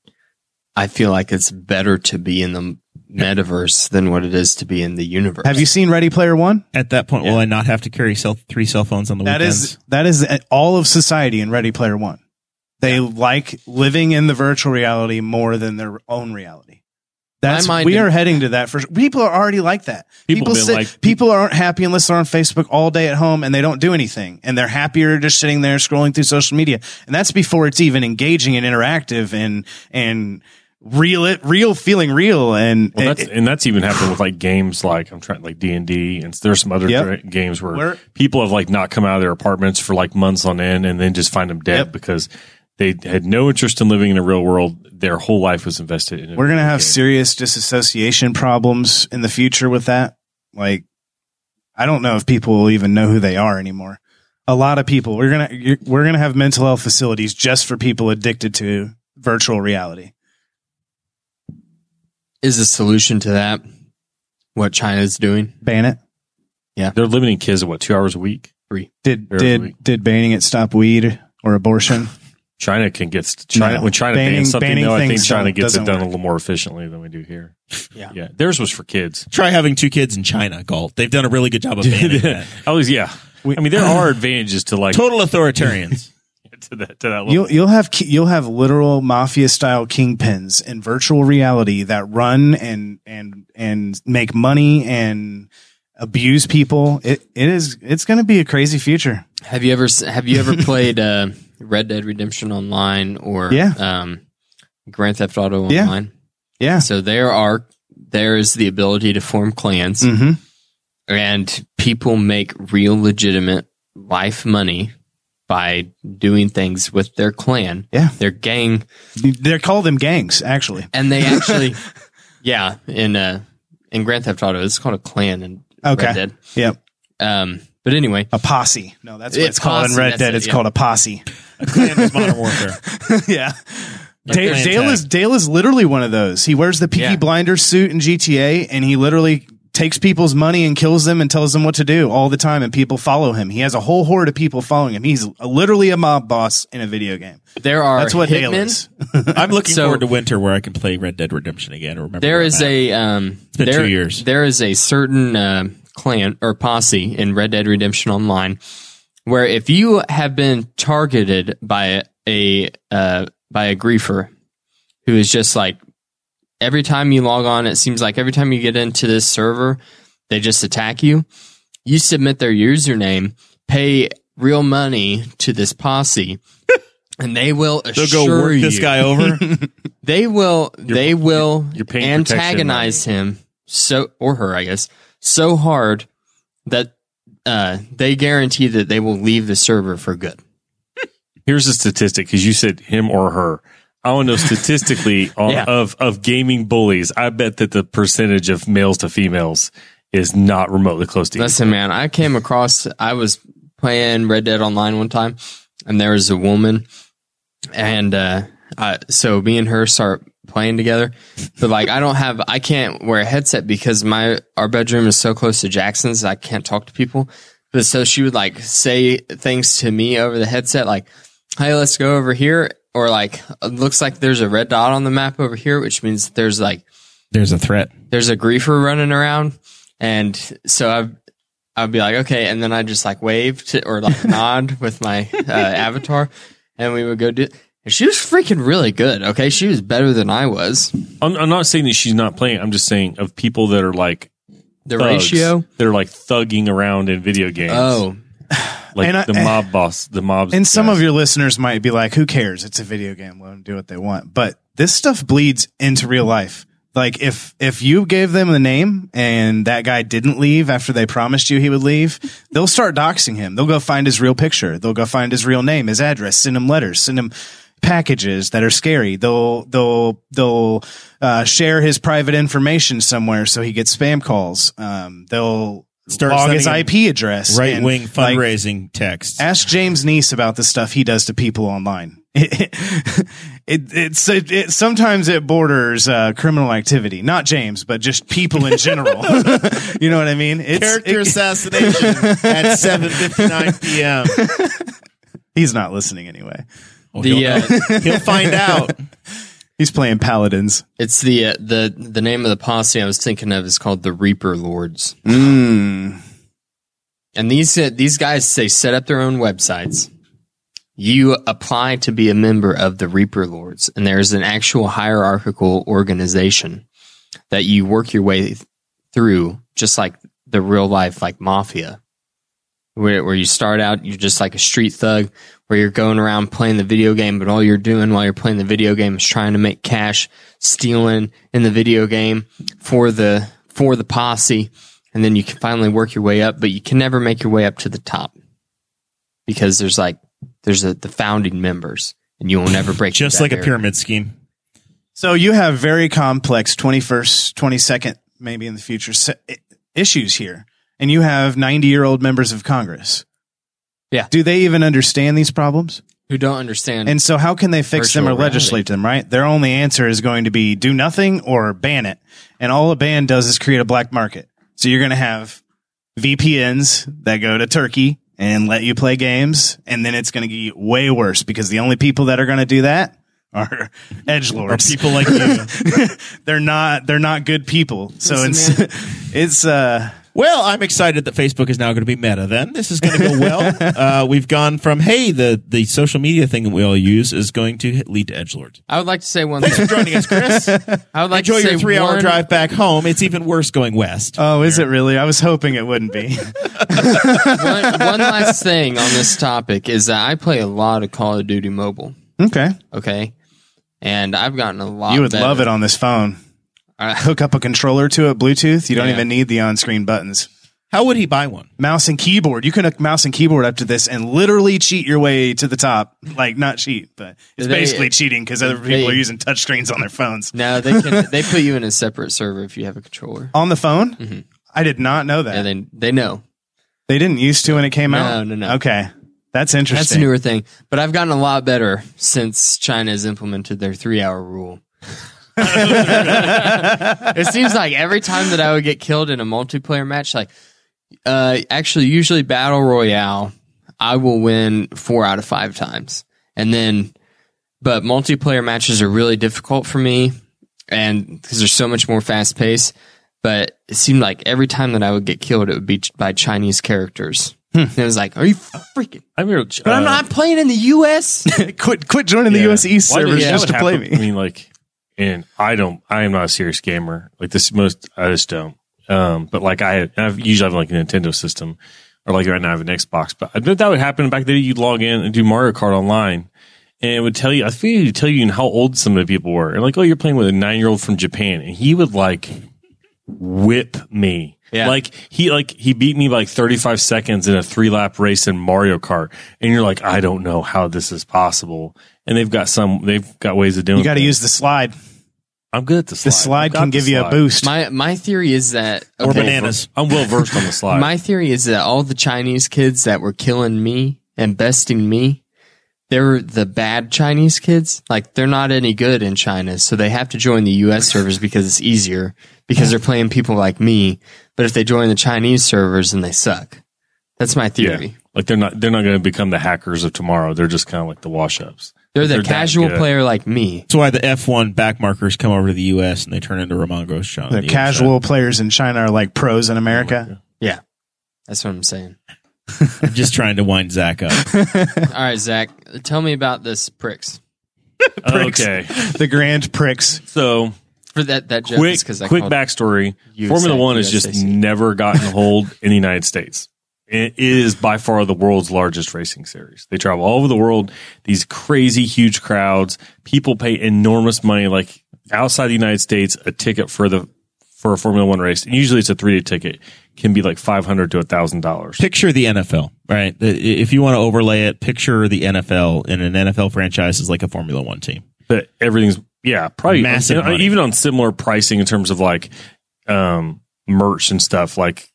I feel like it's better to be in the metaverse than what it is to be in the universe?
Have you seen Ready Player One?
At that point, will I not have to carry cell, three cell phones on the
That
weekends?
is that is uh, all of society in Ready Player One. They like living in the virtual reality more than their own reality. That's
mind
we
in-
are heading to that for sure. People are already like that.
People
People
been
sit,
like-
people aren't happy unless they're on Facebook all day at home and they don't do anything and they're happier just sitting there scrolling through social media. And that's before it's even engaging and interactive and and real it real feeling real and,
well,
and-
that's and that's even happened with like games like I'm trying like D and D, and there's some other
Yep.
dra- games where
Where-
people have like not come out of their apartments for like months on end, and then just find them dead
Yep.
because they had no interest in living in the real world. Their whole life was invested in. a
we're gonna
video
have
game.
serious disassociation problems in the future with that. Like, I don't know if people will even know who they are anymore. A lot of people we're gonna you're, we're gonna have mental health facilities just for people addicted to virtual reality.
is the solution to that what China's doing?
Ban it.
They're limiting kids to what two hours a week.
Did
Fair
did
week.
did banning it stop weed or abortion?
China can get China
No.
when China
Banning-
bans something.
banning
though, I think
things
China
don't-
gets it
doesn't
done a
work.
little more efficiently than we do here.
Yeah.
yeah. Theirs was for kids.
Try having two kids in China, Galt. They've done a really good job of banning that.
At least, yeah.
We-
I mean, there are advantages to like
Total authoritarians.
to that to that level.
You'll you'll have ki- you'll have literal mafia style kingpins in virtual reality that run and and and make money and abuse people. It it is it's going to be a crazy future.
Have you ever s- have you ever played uh, Red Dead Redemption online or
Yeah.
um, Grand Theft Auto
Yeah.
online?
Yeah.
So there are there is the ability to form clans
Mm-hmm.
and people make real legitimate life money by doing things with their clan.
Yeah.
Their gang
They call them gangs, actually.
and they actually yeah, in uh in Grand Theft Auto it's called a clan and
Okay.
Red Dead.
Yep.
Um but anyway,
A posse. No, that's what
Yeah,
it's called in
posse,
Red
that's
Dead.
it,
it's
yeah.
called a posse.
Clan was modern warfare.
yeah.
Okay.
Dale, Dale is Dale is literally one of those. He wears the Peaky
Yeah.
Blinder suit in GTA, and he literally takes people's money and kills them and tells them what to do all the time, and people follow him. He has a whole horde of people following him. He's literally a mob boss in a video game.
there are
That's what Dale
hitmen.
is.
I'm looking
So-
forward to winter where I can play Red Dead Redemption again. Or remember
There
where
is
I'm at.
a um
been
there,
two years.
There is a certain uh, clan or posse in Red Dead Redemption Online, where if you have been targeted by a uh, by a griefer who is just like every time you log on, it seems like every time you get into this server, they just attack you. You submit their username, pay real money to this posse, and they will
They'll
assure
go work
you
this guy over.
they will they will
you're paying protection
antagonize him so or her i guess so hard that uh, they guarantee that they will leave the server for good
Here's a statistic because you said him or her. I want to know statistically on,
Yeah.
of of gaming bullies. I bet that the percentage of males to females is not remotely close to.
listen man i came across i was playing red dead online one time and there was a woman and uh, I, so me and her start playing together but like i don't have i can't wear a headset because my our bedroom is so close to jackson's i can't talk to people but so she would like say things to me over the headset like hey let's go over here or like it looks like there's a red dot on the map over here which means there's like
There's a threat.
there's a griefer running around and so i i'd be like okay and then i just like wave to, or like nod with my uh, avatar and we would go do and she was freaking really good okay she was better than i was
I'm, I'm not saying that she's not playing. I'm just saying of people that are like
the
thugs,
ratio
that are like thugging around in video games.
oh
like
And I-
the mob boss, the mobs.
And some
guys.
of your listeners might be like, who cares? It's a video game. Let them do what they want. But this stuff bleeds into real life. Like if if you gave them the name and that guy didn't leave after they promised you he would leave, they'll start doxing him. They'll go find his real picture. They'll go find his real name, his address, send him letters, send him packages that are scary. They'll they'll they'll uh, share his private information somewhere so he gets spam calls. Um, they'll
Start
log his
sending him
IP address.
Right wing
and, like,
fundraising texts.
Ask James Neese about the stuff he does to people online. It, it's it, sometimes it borders uh, criminal activity. Not James, but just people in general. you know what I mean? It's,
Character
it-
assassination at 7:59 p.m.
he's not listening anyway.
the uh,
Oh, He'll find out.
He's playing paladins.
it's the uh, the the name of the posse i was thinking of is called the reaper lords and these uh, these guys they set up their own websites you apply to be a member of the reaper lords and there's an actual hierarchical organization that you work your way th- through just like the real life like mafia where, where you start out you're just like a street thug where you're going around playing the video game but all you're doing while you're playing the video game is trying to make cash stealing in the video game for the for the posse and then you can finally work your way up but you can never make your way up to the top because there's like there's a, the founding members and you will never break
Just
that
like a
barrier.
pyramid scheme.
So you have very complex 21st, 22nd, maybe in the future se- i- issues here, and you have 90 year old members of Congress.
Yeah.
Do they even understand these problems?
who don't understand
And so, how can they fix them or
Virtual reality.
legislate them, right? Their only answer is going to be do nothing or ban it. And all a ban does is create a black market. So, you're going to have VPNs that go to Turkey and let you play games. And then it's going to get way worse because the only people that are going to do that are edge
Or
lords.
people like you.
they're not they're not good people. So it's it's uh
Well, I'm excited that Facebook is now going to be meta. Then this is going to go well. uh, we've gone from hey, the the social media thing that we all use is going to lead to edgelord.
i would like to say one thing
Thanks for joining us, Chris.
i would like
Enjoy
to say
your three hour
one-
drive back home. It's even worse going west.
oh, is it really? I was hoping it wouldn't be.
one, one last thing on this topic is that I play a lot of Call of Duty Mobile.
okay.
Okay, and I've gotten a lot.
You would
better.
love it on this phone.
Uh,
hook up a controller to it Bluetooth. You don't
Yeah.
even need the on-screen buttons.
How would he buy one?
Mouse and keyboard. You can hook mouse and keyboard up to this and literally cheat your way to the top. Like not cheat, but it's
They-
basically cheating because other people
they-
are using touchscreens on their phones.
No, they can. they put you in a separate server if you have a controller.
On the phone, I did not know that.
And then Mm-hmm. they know
they didn't used to when it came
No,
out.
no, no.
Okay, that's
that's
interesting.
a newer thing. But I've gotten a lot better since China has implemented their three-hour rule. it seems like every time that I would get killed in a multiplayer match, like uh, actually usually battle royale, I will win four out of five times, and then but multiplayer matches are really difficult for me, and because there's so much more fast paced but it seemed like every time that I would get killed, it would be ch- by Chinese characters. And it was like, are you freaking?
I mean,
But I'm not playing in the U.S.
quit quit joining the US East servers
yeah,
just to play
I
me.
mean, like, and I don't. I am not a serious gamer. Like this, most I just don't. Um, but like I, I've usually have like a Nintendo system, or like right now I have an Xbox. But I bet that would happen back then. You'd log in and do Mario Kart online, and it would tell you. I think it would tell you how old some of the people were, and like, oh, you're playing with a nine year old from Japan, and he would like whip me.
Yeah.
Like he like he beat me by like 35 seconds in a three lap race in Mario Kart, and you're like, I don't know how this is possible. And they've got some, they've got ways of doing.
You got to
things.
use the slide.
I'm good at the slide.
The slide
I've got
can
the
give you a
slide.
boost.
My my theory is that
or
okay,
bananas.
I'm well versed on the slide.
My theory is that all the Chinese kids that were killing me and besting me, they're the bad Chinese kids. Like they're not any good in China, so they have to join the U.S. servers because it's easier because they're playing people like me. But if they join the Chinese servers, then they suck. That's my
yeah,
theory.
like they're not they're not going to become the hackers of tomorrow. They're just kind of like the wash ups.
They're the
They're that
casual
good.
player like me.
That's why the F1 backmarkers come over to the U.S. and they turn into Ramon Grosjean. in
The
the
casual players in China are like pros in America.
Yeah, that's what I'm saying.
outside. I'm just trying to wind Zach up.
All right, Zach, tell me about this pricks
Pricks.
Okay,
the Grand Pricks.
so
for that that joke
quick
because I
quick
called-
backstory.
you
Formula
said
One has just
USAC.
never gotten a hold in the United States. It is by far the world's largest racing series. They travel all over the world. These crazy huge crowds. People pay enormous money. Like outside the United States, a ticket for the for a Formula One race, and usually it's a three day ticket, can be like five hundred to thousand dollars.
picture the NFL, right? The- i- If you want to overlay it, picture the NFL and an NFL franchise is like a Formula One team.
But everything's yeah, probably
Massive
you know,
money.
even on similar pricing in terms of like um merch and stuff. Like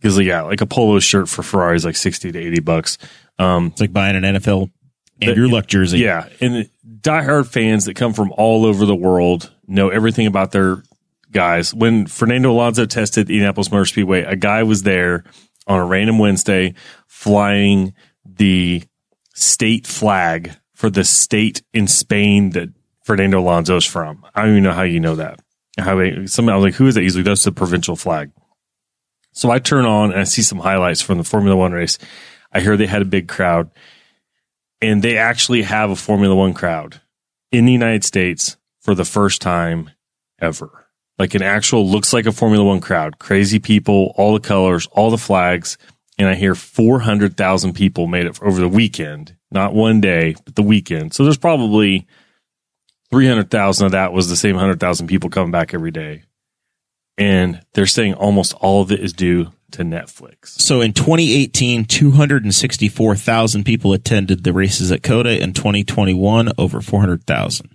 because yeah, like a polo shirt for Ferrari is like sixty to eighty bucks. Um,
It's like buying an NFL and
The-
your luck jersey.
Yeah, and diehard fans that come from all over the world know everything about their guys. When Fernando Alonso tested the Indianapolis Motor Speedway, a guy was there on a random Wednesday flying the state flag for the state in Spain that Fernando Alonso's from. I don't even know how you know that. How they, some, I was like, who is that? He's like, that's the provincial flag. So I turn on and I see some highlights from the Formula One race. I hear they had a big crowd and they actually have a Formula One crowd in the United States for the first time ever. Like an actual looks like a Formula One crowd, crazy people, all the colors, all the flags. And I hear 400,000 people made it over the weekend, not one day, but the weekend. So there's probably 300,000 of that was the same 100,000 people coming back every day. And they're saying almost all of it is due to Netflix.
So in 2018, 264,000 people attended the races at Coda. In 2021, over 400,000.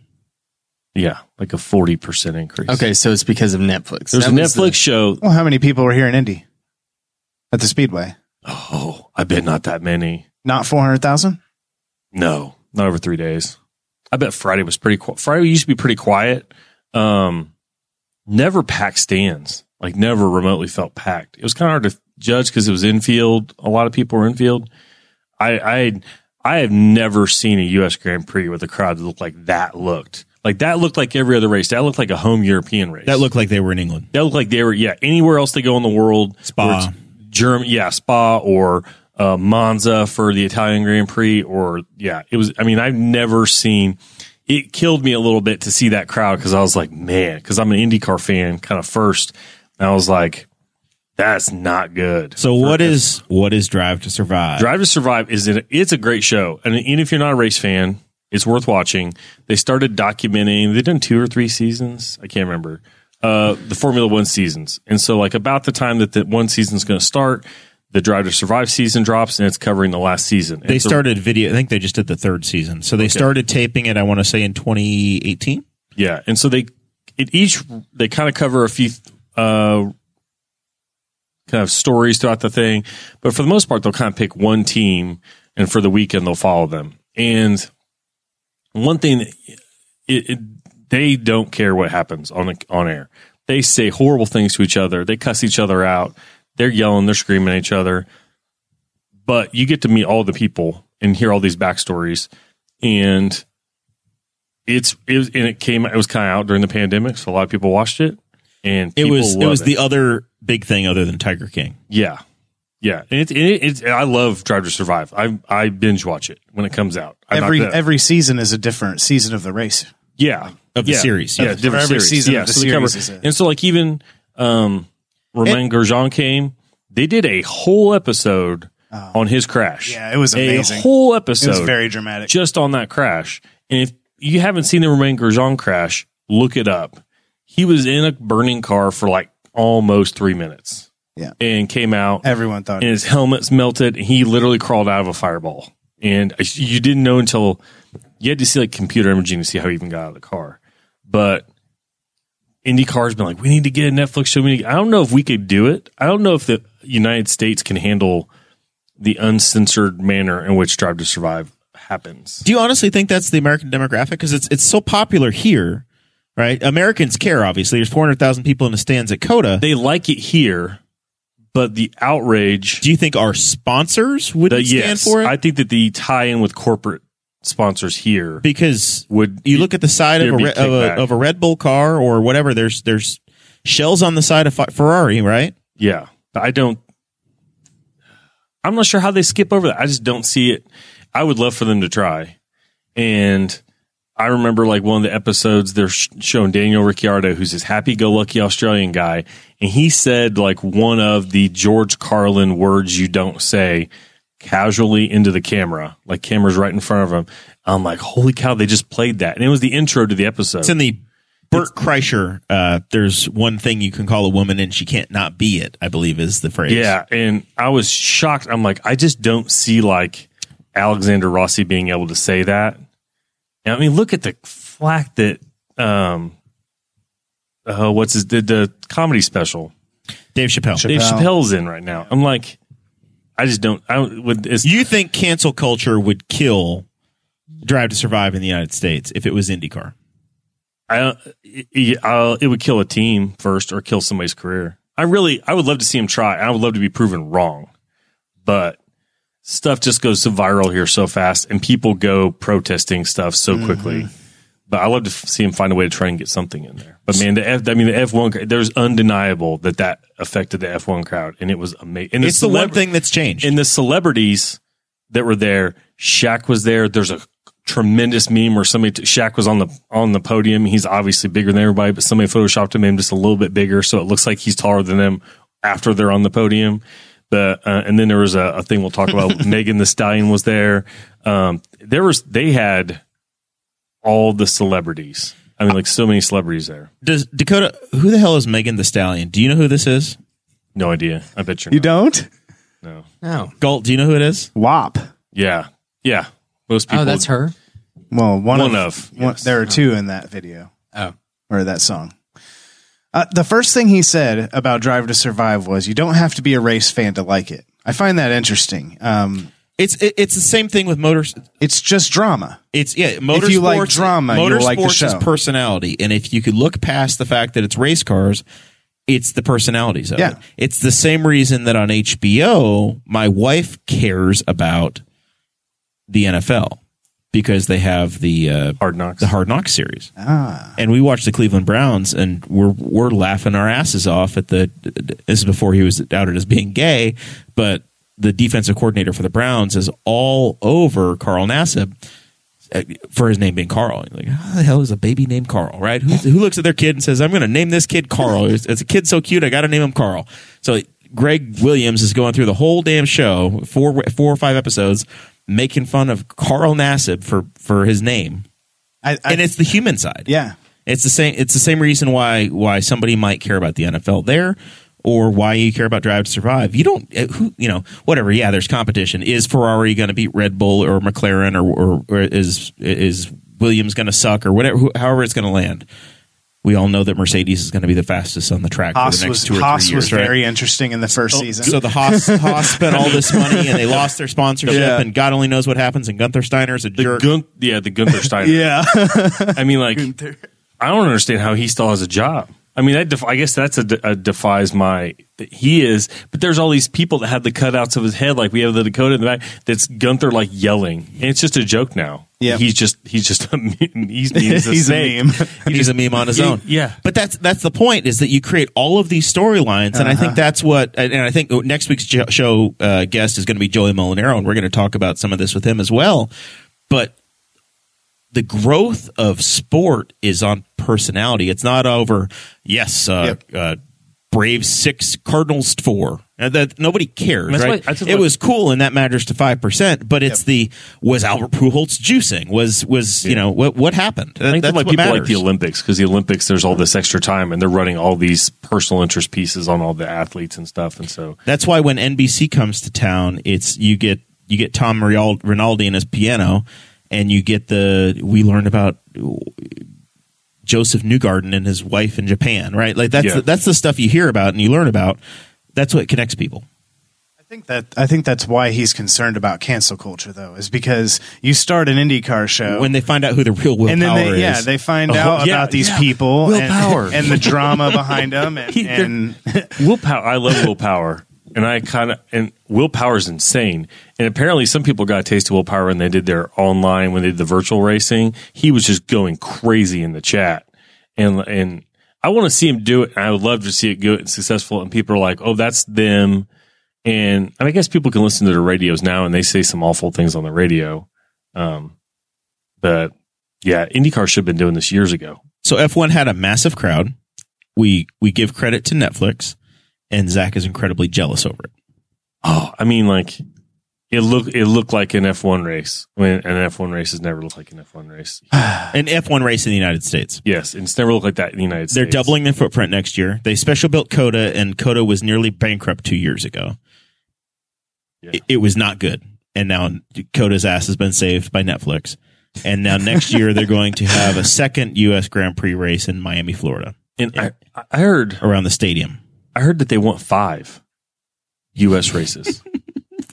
Yeah, like a 40% increase.
Okay, so it's because of Netflix.
There's
That
a
was the-
Netflix show
Well, how many people were here in Indy at the Speedway?
Oh, I bet not that many.
Not 400,000?
No, not over three days. I bet Friday was pretty quiet. Friday used to be pretty quiet. Um, never packed stands, like never remotely felt packed. It was kind of hard to judge because it was infield. A lot of people were infield. I, I, I have never seen a U.S. Grand Prix with a crowd that looked like that looked. Like that looked like every other race. That looked like a home European race.
That looked like they were in England.
That looked like they were yeah. Anywhere else they go in the world,
Spa.
where it's Germ, yeah, Spa or uh, Monza for the Italian Grand Prix, or yeah, it was. I mean, I've never seen. It killed me a little bit to see that crowd because I was like, man, because I'm an IndyCar fan, kind of first, and I was like, that's not good.
So what is what is Drive to Survive?
Drive to Survive is an, it's a great show, and even if you're not a race fan, it's worth watching. They started documenting. They've done two or three seasons. I can't remember uh, the Formula One seasons, and so like about the time that the one season's going to start, the Drive to Survive season drops, and it's covering the last season.
they
It's a-
started video. I think they just did the third season. So they started taping it. I want to say in 2018.
Yeah, and so they it each they kind of cover a few uh, kind of stories throughout the thing, but for the most part, they'll kind of pick one team, and for the weekend they'll follow them. And one thing, it, it, they don't care what happens on the, on air. They say horrible things to each other. They cuss each other out. They're yelling. They're screaming at each other. But you get to meet all the people and hear all these backstories, and it's it was, and it came it was kind of out during the pandemic, so a lot of people watched it, and
It
people
was it
love
was the other big thing other than Tiger King.
yeah, yeah. And it's and it, it's I love Drive to Survive. I I binge watch it when it comes out. I'm not
every
that-
every season is a different season of the race.
yeah
Of the
Yeah.
series,
yeah,
yeah.
different
For every
series.
season
yeah,
of the
so they cover-
series is a-
and so like even um, Romain Grosjean came. They did a whole episode on his crash.
Oh. Yeah, it was amazing.
A whole
It
episode.
was very dramatic.
just on that crash. And if you haven't seen the Romain Grosjean crash, look it up. He was in a burning car for like almost three minutes.
Yeah.
And came out
Everyone thought
and his helmet's melted. And he literally crawled out of a fireball. And you didn't know until you had to see like computer imaging to see how he even got out of the car. But IndyCar's been like, we need to get a Netflix show. We need- I don't know if we could do it. I don't know if the United States can handle the uncensored manner in which Drive to Survive happens.
Do you honestly think that's the American demographic? Because it's it's so popular here, right? Americans care. Obviously, there's 400,000 people in the stands at Coda.
They like it here, but the outrage.
Do you think our sponsors would
the,
not stand
yes,
for it?
I think that the tie-in with corporate sponsors here
because
would
you look at the side of a,
There'd be
re- of, a,
kickback.
of a Red Bull car or whatever. There's there's shells on the side of Fe- Ferrari, right?
Yeah, but I don't. I'm not sure how they skip over that. I just don't see it. I would love for them to try. And I remember like one of the episodes they're sh- showing Daniel Ricciardo, who's this happy-go-lucky Australian guy, and he said like one of the George Carlin words you don't say casually into the camera, like cameras right in front of him. I'm like, holy cow, they just played that, and it was the intro to the episode.
It's in the Burt Kreischer. Uh, there's one thing you can call a woman and she can't not be it. I believe is the phrase.
Yeah, and I was shocked. I'm like, I just don't see like Alexander Rossi being able to say that. And, I mean, look at the flack that um, uh, what's his the, the comedy special
Dave Chappelle.
Dave Chappelle's in right now. I'm like, I just don't. I don't- would. It's,
You think cancel culture would kill Drive to Survive in the United States if it was IndyCar?
I, don't- it- it- I'll- it would kill a team first or kill somebody's career. I really, I would love to see him try. I would love to be proven wrong, but stuff just goes so viral here so fast, and people go protesting stuff
Mm-hmm.
so quickly. But I love to f- see him find a way to try and get something in there. But man, the F, I mean, the F one, there's undeniable that that affected the F one crowd, and it was amazing. And
It's the one
celebra-
thing that's changed.
and the celebrities that were there, Shaq was there. There's a tremendous meme where somebody t- Shaq was on the on the podium. He's obviously bigger than everybody, but somebody photoshopped him in just a little bit bigger, so it looks like he's taller than them after they're on the podium. But uh, and then there was a, a thing we'll talk about. Megan the Stallion was there. Um, there was they had all the celebrities. I mean, like so many celebrities there.
Does Dakota? Who the hell is Megan the Stallion? Do you know who this is?
No idea. I bet you're
You
not.
don't?
No.
No.
Galt, do you know who it is?
WAP.
Yeah. Yeah. Most people.
Oh, that's her.
Well, one,
One
of,
of,
one-
yes.
there are two in that video
Oh.
or that song. Uh, the first thing he said about Drive to Survive was, "You don't have to be a race fan to like it." I find that interesting. Um,
It's it, it's the same thing with motor.
it's just drama.
It's yeah. Motorsports,
you like drama, you'll
motorsports
like the
is
show.
personality, and if you could look past the fact that it's race cars, it's the personalities of
Yeah.
it. It's the same reason that on HBO, my wife cares about the NFL because they have the uh,
Hard knocks.
the Hard Knocks series. And we watched the Cleveland Browns, and we're we're laughing our asses off at the. This is before he was outed as being gay, but the defensive coordinator for the Browns is all over Carl Nassib uh, for his name being Carl. Like, how the hell is a baby named Carl, right? Who, who looks at their kid and says, "I'm going to name this kid Carl"? It's, it's a kid so cute, I got to name him Carl. So Greg Williams is going through the whole damn show, four four or five episodes, making fun of Carl Nassib for for his name
I, I,
and it's the human side.
yeah,
it's the same. It's the same reason why why somebody might care about the NFL there, or why you care about Drive to Survive. You don't. uh, Who you know? Whatever. Yeah, there's competition. Is Ferrari going to beat Red Bull or McLaren or or, or is is Williams going to suck or whatever? who- However, it's going to land. We all know that Mercedes is going to be the fastest on the track for
Haas
the next
was
two or
Haas
three
was
years. right? Oh,
very interesting in the first season.
So the Haas, Haas spent all this money and they lost their sponsorship and God only knows what happens. And Gunther Steiner's a jerk.
Gun- yeah, the Gunther Steiner.
yeah,
I mean, like, I don't understand how he still has a job. I mean, that def- I guess that's a, de- a defies my he is. But there's all these people that have the cutouts of his head, like we have the Dakota in the back. That's Gunther like yelling, and it's just a joke now.
Yeah.
he's just he's just a meme. he's, he's, a,
He's a
snake.
meme.
He
he's
just-
a meme on his
yeah,
own.
Yeah,
but that's that's the point is that you create all of these storylines, and I
Uh-huh.
think that's what. And and I think next week's jo- show uh, guest is going to be Joey Molinaro, and we're going to talk about some of this with him as well. But the growth of sport is on personality. It's not over. Yes, uh, uh, Braves six, Cardinals four. And that nobody cares,
That's
right?
what- that's
it
what-
was cool, and that matters to five percent. But it's the was Albert Pujols juicing? Was was you know what what happened?
I think
That's
that's like
what
people like
matters.
the Olympics because the Olympics there's all this extra time and they're running all these personal interest pieces on all the athletes and stuff, and so
That's why when NBC comes to town, it's you get you get Tom Rial- Rinaldi and his piano, and you get the we learned about Joseph Newgarden and his wife in Japan, right? Like that's
Yeah.
the, that's the stuff you hear about and you learn about. That's what connects people.
I think that I think that's why he's concerned about cancel culture, though, is because you start an IndyCar show
When they find out who the real Will
and then
Power
they,
is,
yeah, they find
Oh,
out
yeah,
about these
yeah.
people and,
Willpower.
and the drama behind them, and,
He- they're-
and
willpower. I love willpower, and I kind of and willpower is insane. And apparently, some people got a taste of willpower when they did their online when they did the virtual racing. He was just going crazy in the chat, and and I want to see him do it. And I would love to see it good and successful. And people are like, "Oh, that's them." And I, mean, I guess people can listen to the radios now, and they say some awful things on the radio. Um, but yeah, IndyCar should have been doing this years ago.
so F1 had a massive crowd. We we give credit to Netflix, and Zach is incredibly jealous over it.
Oh, I mean, like it looked it looked like an F one race. I mean, an F one race has never looked like an F one race.
An F1 race in the United States.
Yes, and it's never looked like that in the United
They're
States.
doubling their footprint next year. They special built Coda, and Coda was nearly bankrupt two years ago.
Yeah.
It, it was not good, and now Coda's ass has been saved by Netflix. And now next year they're going to have a second U.S. Grand Prix race in Miami, Florida,
And I, I heard
around the stadium.
I heard that they want five U.S. races.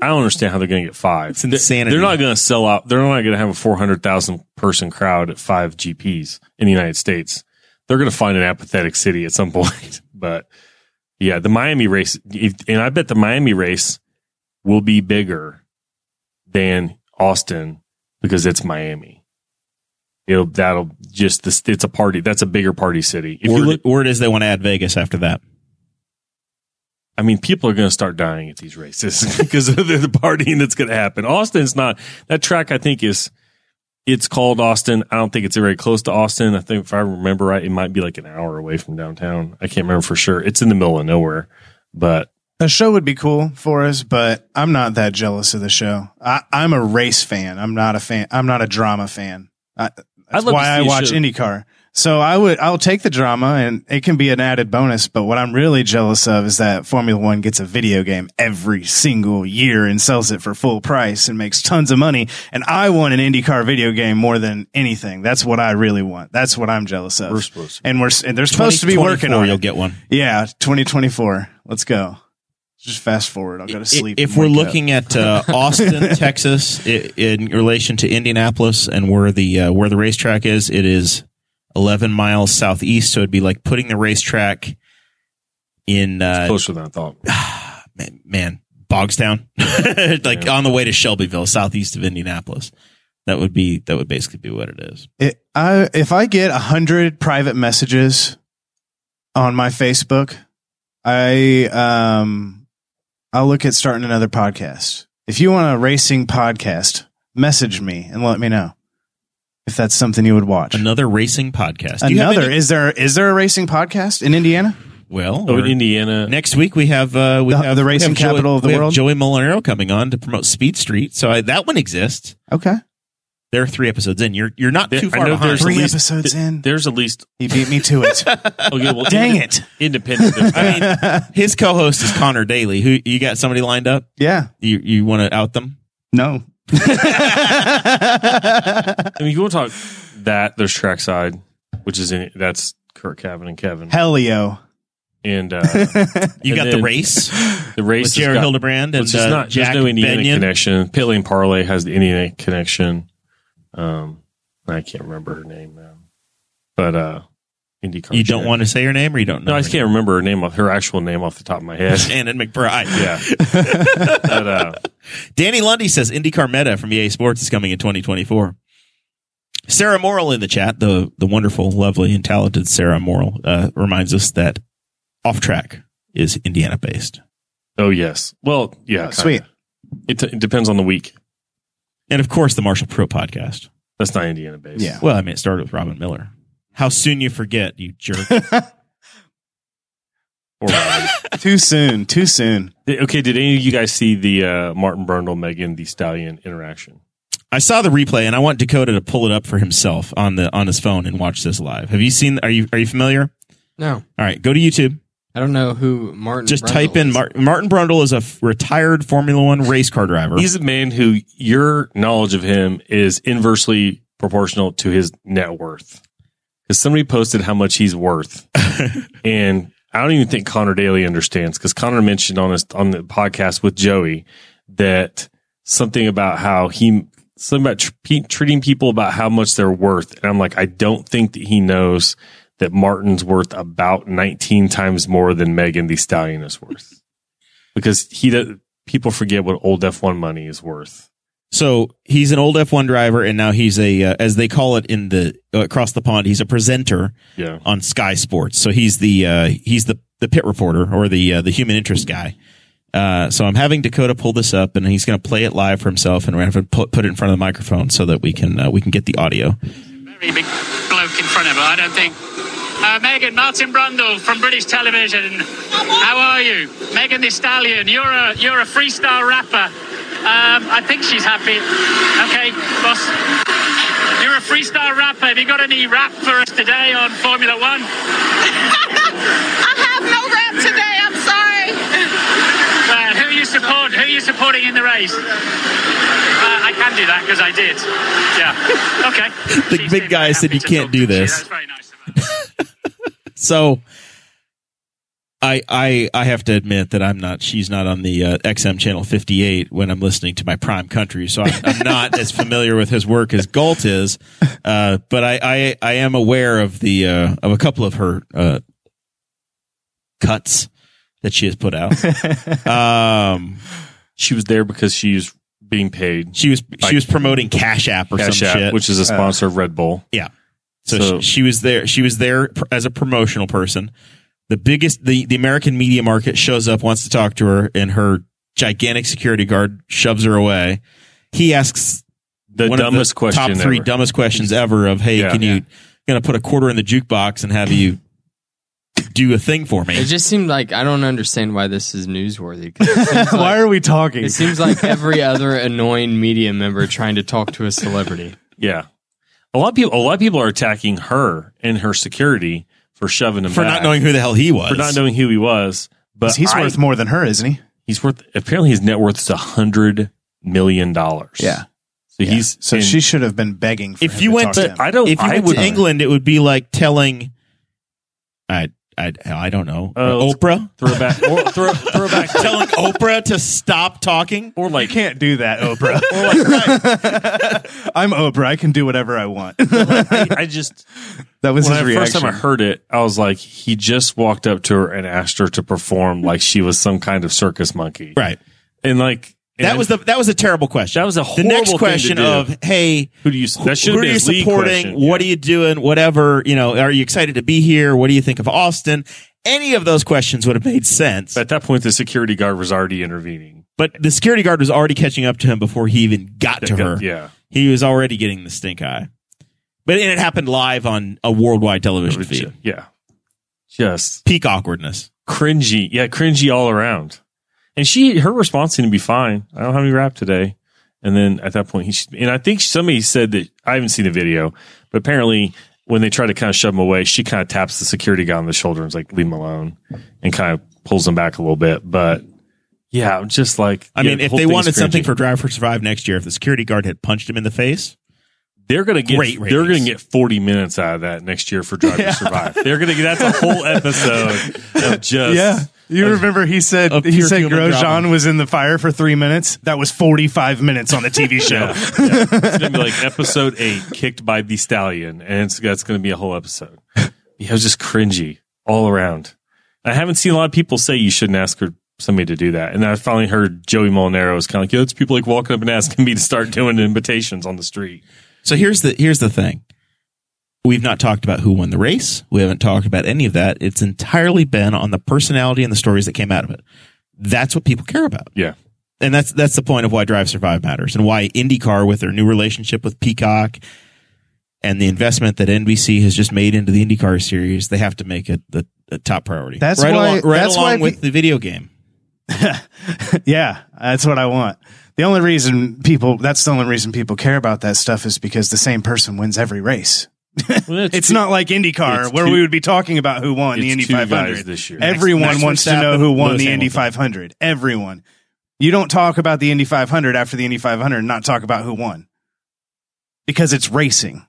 I don't understand how they're going to get five.
It's insanity.
They're not going to sell out. They're not going to have a four hundred thousand person crowd at five GPS in the United States. They're going to find an apathetic city at some point. But yeah, the Miami race, if- and I bet the Miami race will be bigger than Austin because it's Miami. It'll that'll just this. It's a party. That's a bigger party city. If you
Word,
look,
word is they want to add Vegas after that.
I mean, people are going to start dying at these races because of the the partying that's going to happen. Austin's not that track. I think is it's called Austin. I don't think it's very close to Austin. I think if I remember right, it might be like an hour away from downtown. I can't remember for sure. It's in the middle of nowhere, but
a show would be cool for us, but I'm not that jealous of the show. I, I'm a race fan. I'm not a fan. I'm not a drama fan. I, that's
love to
why
see
I
a
watch
show-
IndyCar. So I would I'll take the drama and it can be an added bonus. But what I'm really jealous of is that Formula One gets a video game every single year and sells it for full price and makes tons of money. And I want an IndyCar video game more than anything. That's what I really want. That's what I'm jealous of.
We're supposed to.
and we're s- and they're supposed to be
2024,
working on
You'll
it.
get one.
Yeah, 2024. Let's go. Just fast forward. I'll go to
I-
sleep.
If
and
we're
wake up.
looking at uh, Austin, Texas, i in relation to Indianapolis and where the uh, where the racetrack is, it is 11 miles southeast. So it'd be like putting the racetrack in uh,
closer than I thought.
man, man Bogstown, like on the way to Shelbyville, southeast of Indianapolis. That would be that would basically be what it is.
It- I, if I get a hundred private messages on my Facebook, I um, I'll look at starting another podcast. If you want a racing podcast, message me and let me know if that's something you would watch.
Another racing podcast. Do you have
Another
any-
is there is there a racing podcast in Indiana?
well,
Oh,
or-
in Indiana.
Next week we have uh, we
The-
have
the
we
racing
have Joey-
capital of the
we have
world?
Joey Molinaro coming on to promote Speed Street, so I, that one exists.
Okay,
There are three episodes in. You're you're not
There-
too
I
far
know
behind.
there's at
three
least-
episodes in,
There's at least
he beat me to it.
oh yeah, well,
Dang
inde-
it!
independent. of that.
I mean, his co-host is Connor Daly. Who you got somebody lined up?
Yeah,
You you want to out them?
no.
I mean, you want to talk that? There's trackside, which is in that's Kurt Cavan and Kevin
Helio.
and uh,
You
And
got the
then
race
the
with
race. has
Jared
got-
Hildebrand and
Which is
uh,
not,
Jack
there's no Indiana
Benyon.
connection. Pit Lane Parlay has the Indiana connection. Um, I can't remember her name now, but uh, IndyCar.
You don't want to say her name, or you don't know.
No, I
her
just can't remember her name, off- her actual name off the top of my head.
name? Shannon McBride.
yeah. but, uh,
Danny Lundy says IndyCar Meta from EA Sports is coming in 2024. Sarah Morrill in the chat, the the wonderful, lovely, and talented Sarah Morrill uh, reminds us that Off Track is Indiana based.
oh, yes. Well, yeah.
Oh, sweet.
It, it depends on the week.
And of course, the Marshall Pro podcast.
That's not Indiana based.
Yeah.
Well, I mean, it started with Robin Miller. How soon you forget, you jerk.
Or Robin.
too soon. Too soon.
Did- okay. Did any of you guys see the uh, Martin Brundle, Megan the Stallion interaction?
I saw the replay and I want Dakota to pull it up for himself on the on his phone and watch this live. Have you seen are you are you familiar?
No,
All right, go to YouTube.
I don't know who Martin.
Just
Brundle
type in
is.
Mar- Martin Brundle is a f- retired Formula 1 race car driver.
He's a man who your knowledge of him is inversely proportional to his net worth. Because somebody posted how much he's worth, and I don't even think Connor Daly understands. Because Connor mentioned on this on the podcast with Joey that something about how he something about tr- pe- treating people about how much they're worth, and I'm like, I don't think that he knows that Martin's worth about 19 times more than Megan the Stallion is worth. Because he does, people forget what old F1 money is worth.
So he's an old F1 driver, and now he's a, uh, as they call it in the uh, across the pond, he's a presenter
Yeah.
on Sky Sports. So he's the uh, he's the the pit reporter or the uh, the human interest guy. Uh, so I'm having Dakota pull this up, and he's going to play it live for himself, and we're going to put put it in front of the microphone so that we can uh, we can get the audio.
very big bloke in front of her, I don't think. Uh, Megan, Martin Brundle from British Television. How are you? Megan Thee Stallion, you're a, you're a freestyle rapper. Um, I think she's happy. Okay, boss. You're a freestyle rapper. Have you got any rap for us today on Formula One?
I have no rap today. I'm sorry.
Uh, who you support? Who you supporting in the race? Uh, I can do that because I did. Yeah. Okay.
The
She
big
seemed
guy
very
said
happy
you
to
can't
talk
do
to you.
this.
That's very nice of her.
So I I I have to admit that I'm not she's not on the uh, XM channel 58 when I'm listening to my prime country, so I'm, I'm not as familiar with his work as Galt is. Uh, but I, I I am aware of the uh, of a couple of her uh, cuts that she has put out. um,
She was there because she's being paid
she was she was promoting Cash App or
Cash
some
App,
shit,
which is a sponsor of Red Bull.
Yeah. So,
So-
she, she was there. She was there pr- as a promotional person. The biggest, the, the American media market shows up, wants to talk to her, and her gigantic security guard shoves her away. He asks
The
one of
dumbest question.
top three
ever.
dumbest questions ever of, "Hey,
Yeah.
can you gonna put a quarter in the jukebox and have you do a thing for
It
me?"
just seemed like I don't understand why this is newsworthy. 'cause it seems
Why
like-
are we talking?
It seems like every other annoying media member trying to talk to a celebrity.
Yeah. A lot of people. A lot of people are attacking her and her security for shoving him
For not
back,
knowing who the hell he was.
for not knowing who he was. But
He's
I-
worth more than her, isn't he?
He's worth. Apparently, his net worth is a hundred million dollars.
Yeah.
So he's.
So
and-
she should have been begging for
If
him
you
to
went
talk
to-
him.
I don't.
if you
I
went
would.
to England, it would be like telling, I I I don't know,
Uh, let's-
Oprah.
throw back. Or throw, throw back.
telling Oprah to stop talking.
Or like.
can't do that, Oprah. I'm Oprah. I can do whatever I want.
I, I just.
that was
when
his
I
reaction.
first time I heard it, I was like, he just walked up to her and asked her to perform like she was some kind of circus monkey,
Right.
And like and
That was the that was a terrible question.
That was a
the
horrible
next
thing to
question
do.
of hey,
who do you that should
who
have
are
been
you
his lead
supporting?
question.
What are you doing? Whatever you know, are you excited to be here? What do you think of Austin? Any of those questions would have made sense. But,
At that point, the security guard was already intervening.
the security guard was already catching up to him before he even got to her.
Yeah,
He was already getting the stink eye. But and it happened live on a worldwide television feed.
yeah, just
Peak awkwardness.
cringy. Yeah, cringy all around. And she, her response seemed to be fine. I don't have any rap today. And then at that point, he and I think somebody said that I haven't seen the video, but apparently when they try to kind of shove him away, she kind of taps the security guy on the shoulder and is like, "Leave him alone," and kind of pulls him back a little bit. But yeah, I'm just like,
I
yeah,
mean,
the
if
whole
they
thing's
wanted something
cringy.
for Drive for Survive next year, if the security guard had punched him in the face,
They're gonna get
Great
they're gonna
ratings.
get forty minutes out of that next year for Drive to Survive. They're gonna get that's a whole episode of just
yeah. You remember he said
of
he
pure
said
human
Grosjean
drama.
was in the fire for three minutes. That was forty five minutes on the TV show.
Yeah, yeah. It's gonna be like episode eight, kicked by the stallion, and it's that's gonna be a whole episode. it was just cringy all around. I haven't seen a lot of people say you shouldn't ask her, somebody to do that. And I finally heard Joey Molinaro was kind of like, yeah, it's people like walking up and asking me to start doing invitations on the street.
So here's the here's the thing. We've not talked about who won the race. We haven't talked about any of that. It's entirely been on the personality and the stories that came out of it. That's what people care about.
Yeah.
and that's that's the point of why Drive Survive matters and why IndyCar with their new relationship with Peacock and the investment that NBC has just made into the IndyCar series, they have to make it the, the top priority.
That's
right
why-
along, right
that's
along
why
with the video game.
yeah, that's what I want. The only reason people that's the only reason people care about that stuff is because the same person wins every race. It's not like IndyCar
it's
where
two-
we would be talking about who won the
it's
Indy
two guys
500
this year.
Everyone
Max- Max
wants to
Verstappen,
know who won
Lewis
the Indy
Hamilton.
500. Everyone. You don't talk about the Indy 500 after the Indy 500 and not talk about who won because it's racing.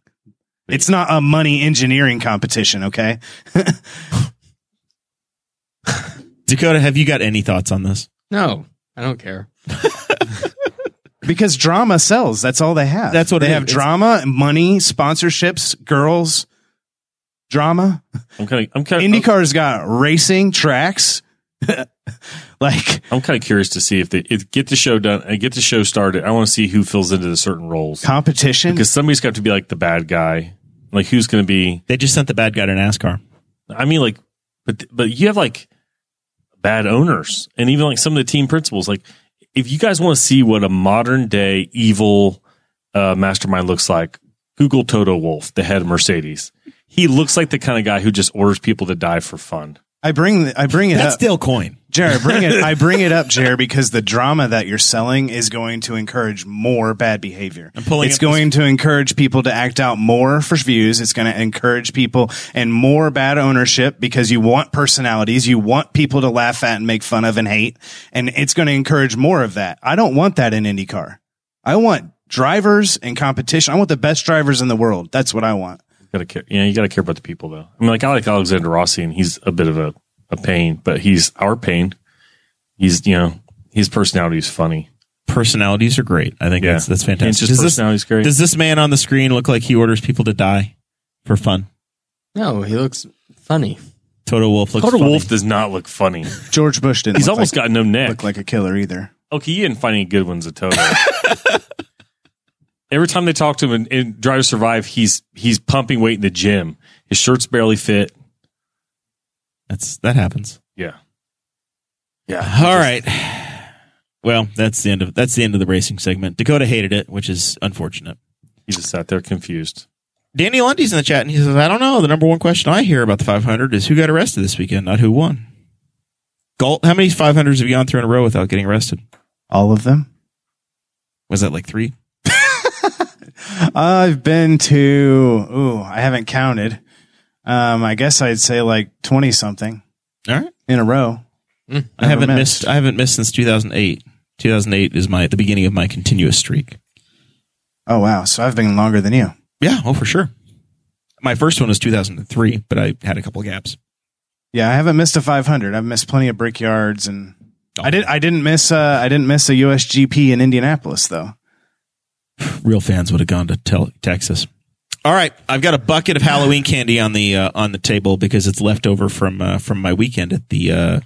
It's not a money engineering competition, okay?
Dakota, have you got any thoughts on this?
No, I don't care.
Because drama sells. That's all they have.
That's what
they
it
have:
is.
drama, money, sponsorships, girls, drama.
I'm kind of, I'm
Uh,
kind of,
IndyCar's got racing tracks. like
I'm kind of curious to see if they if get the show done and get the show started. I want to see who fills into the certain roles
competition.
because somebody's got to be like the bad guy. Like who's going to be?
They just sent the bad guy to NASCAR.
I mean, like, but but you have like bad owners and even like some of the team principals. Like, if you guys want to see what a modern day evil uh, mastermind looks like, Google Toto Wolf, the head of Mercedes. He looks like the kind of guy who just orders people to die for fun.
I bring I bring it
That's
up.
still coin.
Jared, bring it. I bring it up, Jared, because the drama that you're selling is going to encourage more bad behavior.
pulling
it's
up this-
going to encourage people to act out more for views. It's going to encourage people and more bad ownership because you want personalities. You want people to laugh at and make fun of and hate. And it's going to encourage more of that. I don't want that in IndyCar. I want drivers and competition. I want the best drivers in the world. That's what I want.
Got to care. Yeah, you got to care about the people though. I mean, like I like Alexander Rossi, and he's a bit of a, a pain, but he's our pain. He's you know his personality is funny.
Personalities are great. I think
Yeah.
that's that's fantastic.
It's just personality's
this,
great.
does this man on the screen look like he orders people to die for fun?
No, he looks funny.
Toto Wolf looks
Carter
funny.
Wolf does not look funny.
George Bush didn't.
He's
look
almost
like,
got no neck.
look like a killer either.
okay, you didn't find any good ones at Toto. Every time they talk to him in, in Drive to Survive, he's he's pumping weight in the gym. His shirts barely fit.
That's that happens.
Yeah,
All right. Well, that's the end of that's the end of the racing segment. Dakota hated it, which is unfortunate.
he just sat there confused.
Danny Lundy's in the chat and he says, "I don't know. The number one question I hear about the 500 is who got arrested this weekend, not who won." Galt, how many 500s have you gone through in a row without getting arrested?
All of them.
Was that like three?
I've been to, ooh, I haven't counted. Um, I guess I'd say like 20 something
All right,
in a row.
I haven't
Never
missed. I haven't missed since 2008. 2008 is my the beginning of my continuous streak.
Oh, wow. So I've been longer than you.
Yeah, oh for sure. My first one was 2003, but I had a couple gaps.
Yeah. I haven't missed a 500. I've missed plenty of brickyards and I did. I didn't miss. Uh, I didn't miss a USGP in Indianapolis though.
real fans would have gone to tel- Texas. All right, I've got a bucket of Halloween candy on the uh, on the table because it's left over from uh, from my weekend at the uh,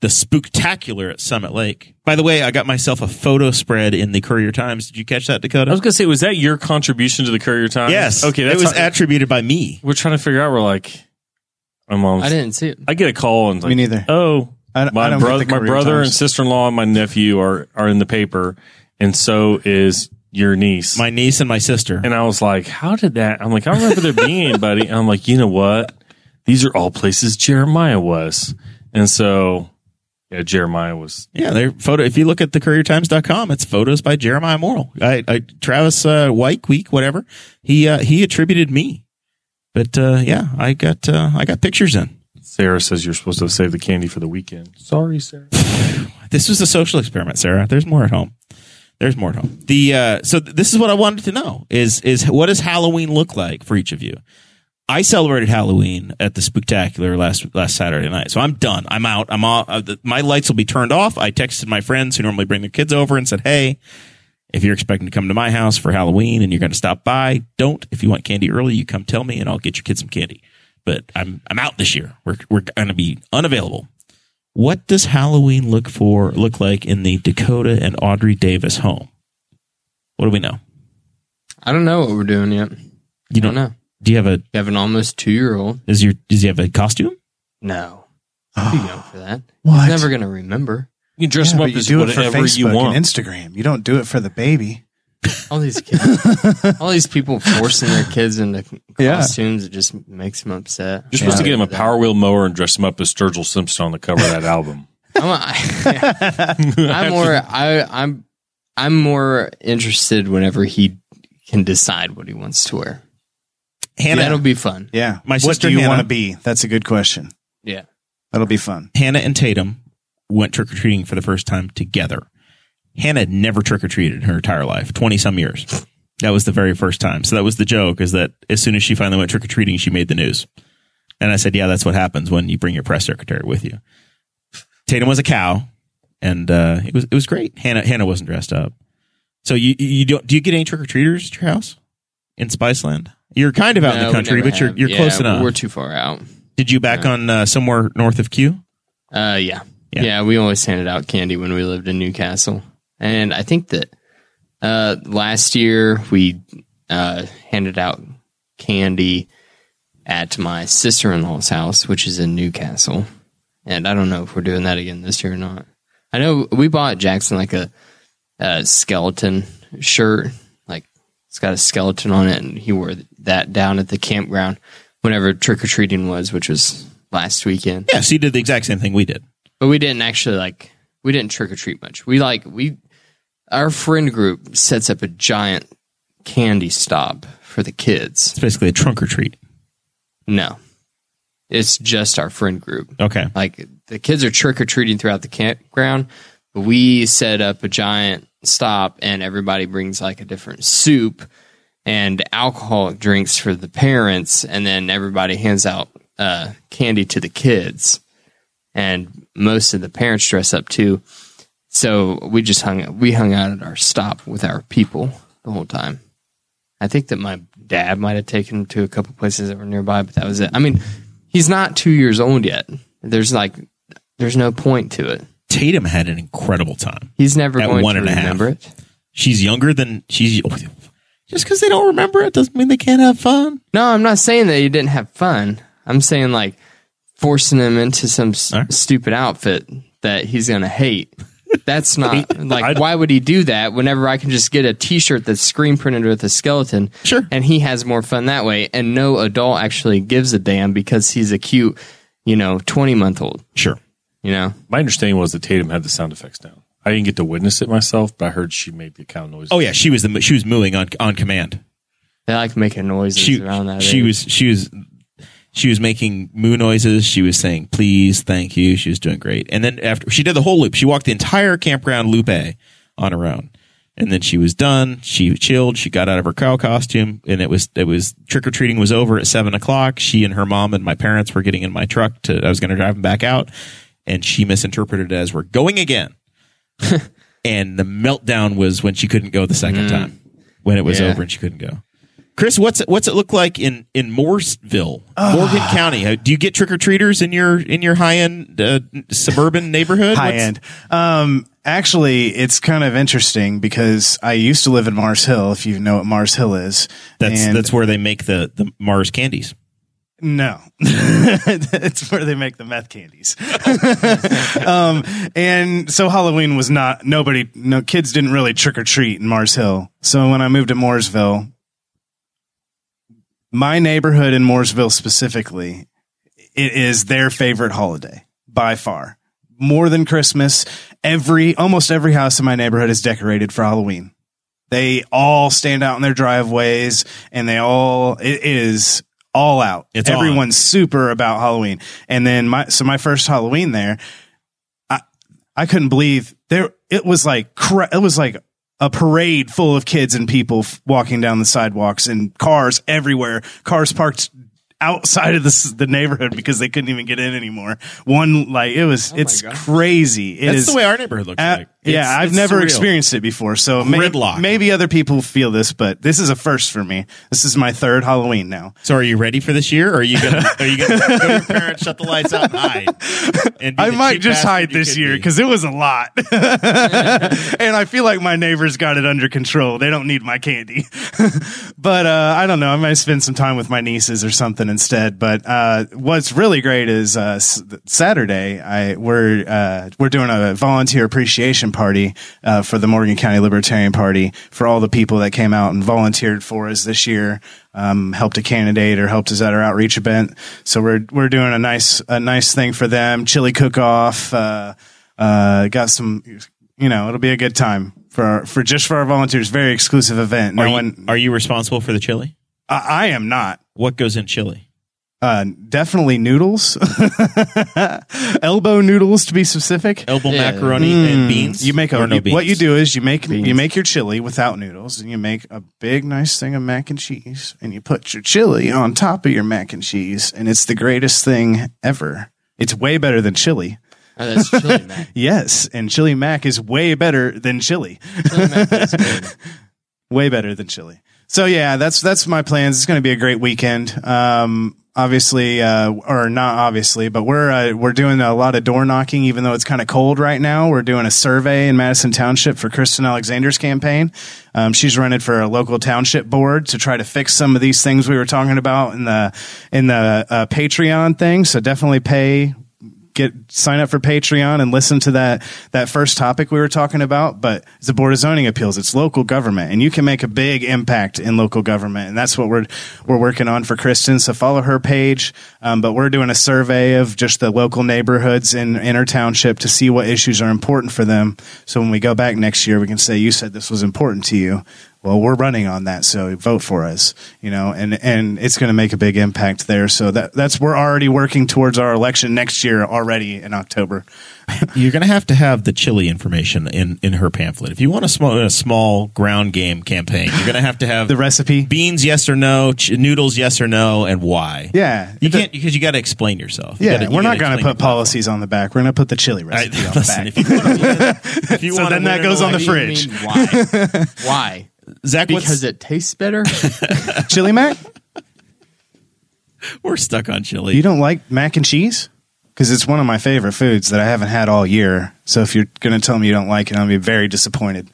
the Spooktacular at Summit Lake. By the way, I got myself a photo spread in the Courier Times. Did you catch that,
I was
Dakota?
gonna say, was that your contribution to the Courier Times?
Yes.
Okay,
it
that's
was
how-
attributed by me.
we're trying to figure out. We're like, my
I
mom's
didn't see it.
I get a call and it's
Me
like,
neither.
Oh,
I don't-
my
I don't get
brother,
the
my
career
brother
times.
and sister in law and my nephew are are in the paper, and so is your niece.
My niece and my sister.
and I was like, how did that? I'm like, I remember there being anybody. And I'm like, you know what? These are all places Jeremiah was, and so yeah, Jeremiah was.
yeah, they're photo. If you look at thecouriertimes.com, it's photos by Jeremiah Morrill. I, I Travis uh, White Week, whatever. He uh, he attributed me, but uh, yeah, I got uh, I got pictures in.
Sarah says you're supposed to save the candy for the weekend. Sorry, Sarah.
this was a social experiment, Sarah. There's more at home. There's more at home. The uh, so th- this is what I wanted to know is is what does Halloween look like for each of you? I celebrated Halloween at the Spectacular last last Saturday night, so I'm done. I'm out. I'm all, uh, the, my lights will be turned off. I texted my friends who normally bring their kids over and said, "Hey, if you're expecting to come to my house for Halloween and you're going to stop by, don't. If you want candy early, you come tell me and I'll get your kids some candy." but I'm I'm out this year. We're we're going to be unavailable. What does Halloween look for look like in the Dakota and Audrey Davis home? What do we know?
I don't know what we're doing yet. You
You
don't know.
Do you have a
You have an almost two year old.
is your does he have a costume?
No. Too young for that.
What?
He's never going to remember.
You can dress them
Yeah, but
up
you
as
do it for
whatever
Facebook
you want.
and Instagram. You don't do it for the baby.
All these kids, all these people forcing their kids into
Yeah.
costumes, it just makes them upset.
You're supposed to get him a Power Wheel mower and dress him up as Sturgill Simpson on the cover of that album.
I'm, a, I'm more. I, I'm. I'm more interested whenever he can decide what he wants to wear.
Hannah
That'll be fun.
Yeah.
My
what
sister
do you
Hannah-
want to be? That's a good question.
Yeah.
That'll be fun.
Hannah and Tatum went trick or treating for the first time together. Hannah never trick or treated in her entire life, 20 some years. That was the very first time. So that was the joke is that as soon as she finally went trick or treating, she made the news. And I said, yeah, that's what happens when you bring your press secretary with you. Tatum was a cow and uh, it was it was great. Hannah Hannah wasn't dressed up. So you you don't do you get any trick or treaters at your house in Spiceland? You're kind of out in
No,
the
we
country,
never
but you're
have.
you're
Yeah,
close enough.
We're too far out.
Did you back on uh, somewhere north of Q?
Uh, yeah.
Yeah.
yeah, We always handed out candy when we lived in Newcastle, and I think that uh, last year we uh, handed out candy at my sister in law's house, which is in Newcastle, and I don't know if we're doing that again this year or not. I know we bought Jackson like a, a skeleton shirt, like it's got a skeleton on it, and he wore that down at the campground whenever trick or treating was, which was last weekend.
Yeah, so you did the exact same thing we did.
But we didn't actually like we didn't trick or treat much. We like we our friend group sets up a giant candy stop for the kids.
It's basically a trunk or treat.
No. It's just our friend group.
Okay.
Like the kids are trick or treating throughout the campground, but we set up a giant stop and everybody brings like a different soup and alcoholic drinks for the parents and then everybody hands out uh, candy to the kids. And most of the parents dress up too. So we just hung we hung out at our stop with our people the whole time. I think that my dad might have taken him to a couple places that were nearby, but that was it. I mean, he's not two years old yet. There's like there's no point to it.
Tatum had an incredible time.
He's never
At
going
one
to
and a half.
remember it.
She's younger than she's just because they don't remember it doesn't mean they can't have fun.
No, I'm not saying that he didn't have fun. I'm saying like forcing him into some s-
All right.
stupid outfit that he's gonna hate. That's not like
I'd-
why would he do that? Whenever I can just get a T-shirt that's screen printed with a skeleton,
Sure.
and he has more fun that way. And no adult actually gives a damn because he's a cute, you know, twenty month old.
Sure.
You know,
My understanding was that Tatum had the sound effects down. I didn't get to witness it myself, but I heard she made the cow noise.
Oh yeah, she was the she was mooing on on command.
they like making noises
She
around that.
she
age.
was she was she was making moo noises. She was saying please, thank you. She was doing great. And then after she did the whole loop, she walked the entire campground loop A on her own. And then she was done. She chilled. She got out of her cow costume, and it was it was trick or treating was over at seven o'clock. She and her mom and my parents were getting in my truck to. I was going to drive them back out, and she misinterpreted it as we're going again. and the meltdown was when she couldn't go the second time, when it was
Yeah.
over and she couldn't go. Chris, what's it, what's it look like in in Mooresville, Morgan County? Uh, Do you get trick or treaters in your in your high end uh, suburban neighborhood?
High
What's-
end. Um, actually, it's kind of interesting because I used to live in Mars Hill. If you know what Mars Hill is,
That's
And-
that's where they make the the Mars candies.
No, it's where they make the meth candies. um, and so Halloween was not nobody, no kids didn't really trick or treat in Mars Hill. So when I moved to Mooresville, my neighborhood in Mooresville specifically, it is their favorite holiday by far. More than Christmas, every almost every house in my neighborhood is decorated for Halloween. They all stand out in their driveways, and they all it is all out.
It's on.
Everyone's super about Halloween. And then my so my first Halloween there, I I couldn't believe there. It was like cra- it was like a parade full of kids and people f- walking down the sidewalks and cars everywhere. Cars parked outside of the s- the neighborhood because they couldn't even get in anymore. One like it was it's crazy. It is
Oh That's the way our neighborhood looks
a-
like.
yeah,
It's-
I've
it's
never
surreal.
experienced it before, so may-
Gridlock.
maybe other people feel this, but this is a first for me. This is my third Halloween now.
So, are you ready for this year? Or are you gonna are you gonna go to your parents, shut the lights out, and hide? And be
I
the
might
cheap
just
bastard
hide
you
this
could
year
be?
because it was a lot, and I feel like my neighbors got it under control. They don't need my candy, but uh, I don't know. I might spend some time with my nieces or something instead. But uh, what's really great is uh, s- Saturday. I we're uh, we're doing a volunteer appreciation party uh, for the Morgan County Libertarian Party for all the people that came out and volunteered for us this year um, helped a candidate or helped us at our outreach event. So we're we're doing a nice a nice thing for them. Chili cook off. Uh, uh, got some, you know, it'll be a good time for our, for just for our volunteers. Very exclusive event. No
Are you,
one.
are you responsible for the chili?
I, I am not.
What goes in chili?
Uh, definitely noodles, elbow noodles to be specific. Mm.
Elbow
Yeah.
macaroni and beans.
You make a,
or no
you-
beans?
what you do is you make
Beans.
you make your chili without noodles, and you make a big nice thing of mac and cheese, and you put your chili on top of your mac and cheese, and it's the greatest thing ever. It's way better than chili.
Oh, that's chili mac.
Yes, and chili mac is way better than chili.
Chili mac is good.
way better than chili. So yeah, that's that's my plans. It's going to be a great weekend. Um, obviously, uh, or not obviously, but we're uh, we're doing a lot of door knocking, even though it's kind of cold right now. We're doing a survey in Madison Township for Kristen Alexander's campaign. Um, she's running for a local township board to try to fix some of these things we were talking about in the in the uh, Patreon thing. So definitely pay get sign up for Patreon and listen to that that first topic we were talking about. But it's the board of zoning appeals. It's local government, and you can make a big impact in local government, and that's what we're we're working on for Kristen. So follow her page. Um, but we're doing a survey of just the local neighborhoods in in her township to see what issues are important for them. So when we go back next year, we can say you said this was important to you. Well, we're running on that, so vote for us, you know, and and it's going to make a big impact there. So that that's we're already working towards our election next year already in October.
You're going to have to have the chili information in, in her pamphlet. If you want a small, a small ground game campaign, you're going to have to have
The recipe,
beans, yes or no, ch- noodles, yes or no, and why.
yeah,
You can't because you got to explain yourself. You
yeah,
gotta- you
we're not
gotta
going to
explain
put policies on the back. We're going to put the chili
your
recipe
policy.
on
I,
the
listen,
back.
if you want to, if you
So
wanna win
then that
an
goes on the
election-
fridge.
You mean why? Why?
Zach,
Because
because
it tastes better.
chili mac?
we're stuck on chili.
You don't like mac and cheese? Because it's one of my favorite foods that I haven't had all year. So if you're going to tell me you don't like it, I'll be very disappointed.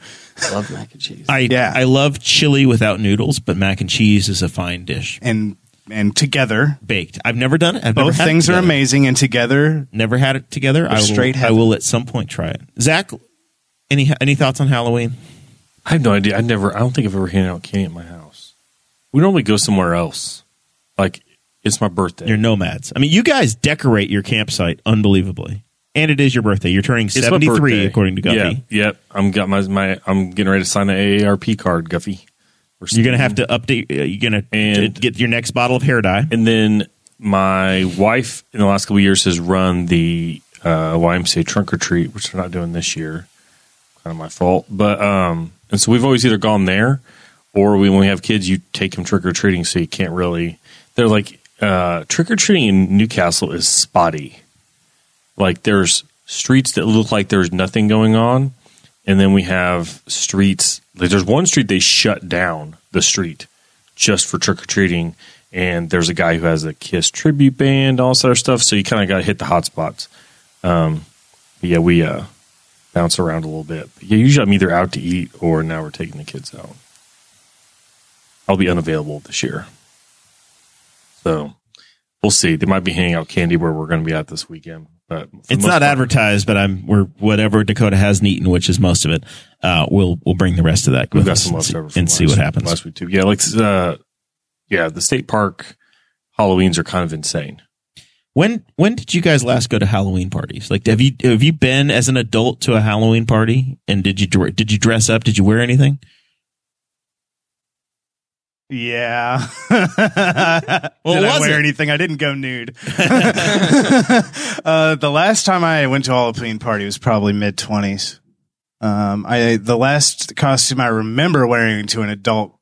Love mac and cheese.
I
Yeah.
I love chili without noodles, but mac and cheese is a fine dish.
And and together,
Baked. I've never done it. I've never
both
had it
things are
together.
amazing. And together,
Never had it together. I will,
straight
I will at some point try it. Zach, any any thoughts on Halloween?
I have no idea. I never. I don't think I've ever handed out candy at my house. We normally go somewhere else. Like it's my birthday.
You're nomads. I mean, you guys decorate your campsite unbelievably, and it is your birthday. You're turning
It's my
73,
birthday.
according to Guppy.
Yeah, yep. I'm got my my. I'm getting ready to sign the AARP card, Guffy. We're
You're gonna have to update. uh, You're gonna
And-
get your next bottle of hair dye.
And then my wife in the last couple of years has run the uh, YMCA trunk or treat, which they're not doing this year. Kind of my fault, but um, and so we've always either gone there or we when we have kids, you take them trick or treating, so you can't really. They're like uh, trick or treating in Newcastle is spotty. Like there's streets that look like there's nothing going on, and then we have streets. Like there's one street they shut down the street just for trick or treating. And there's a guy who has a Kiss tribute band, all sort of stuff. So you kind of got to hit the hot spots. Um, but yeah, we uh, bounce around a little bit. But yeah, usually I'm either out to eat or now we're taking the kids out. I'll be unavailable this year, so we'll see. They might be handing out candy where we're going to be at this weekend, but for the
It's
most
not
part-
advertised, but I'm we're whatever Dakota hasn't eaten, which is most of it. Uh, we'll we'll bring the rest of that
We've
with
got
us
some
and see-
leftover from
and see
last-
what happens.
last week too. Yeah, like uh, yeah, the state park Halloweens are kind of insane.
When when did you guys last go to Halloween parties? Like, have you have you been as an adult to a Halloween party? And did you dr- did you dress up? Did you wear anything?
Yeah. Did I
was
wear
it?
anything? I didn't go nude. uh, the last time I went to a Halloween party was probably mid twenties. Um, I the last costume I remember wearing to an adult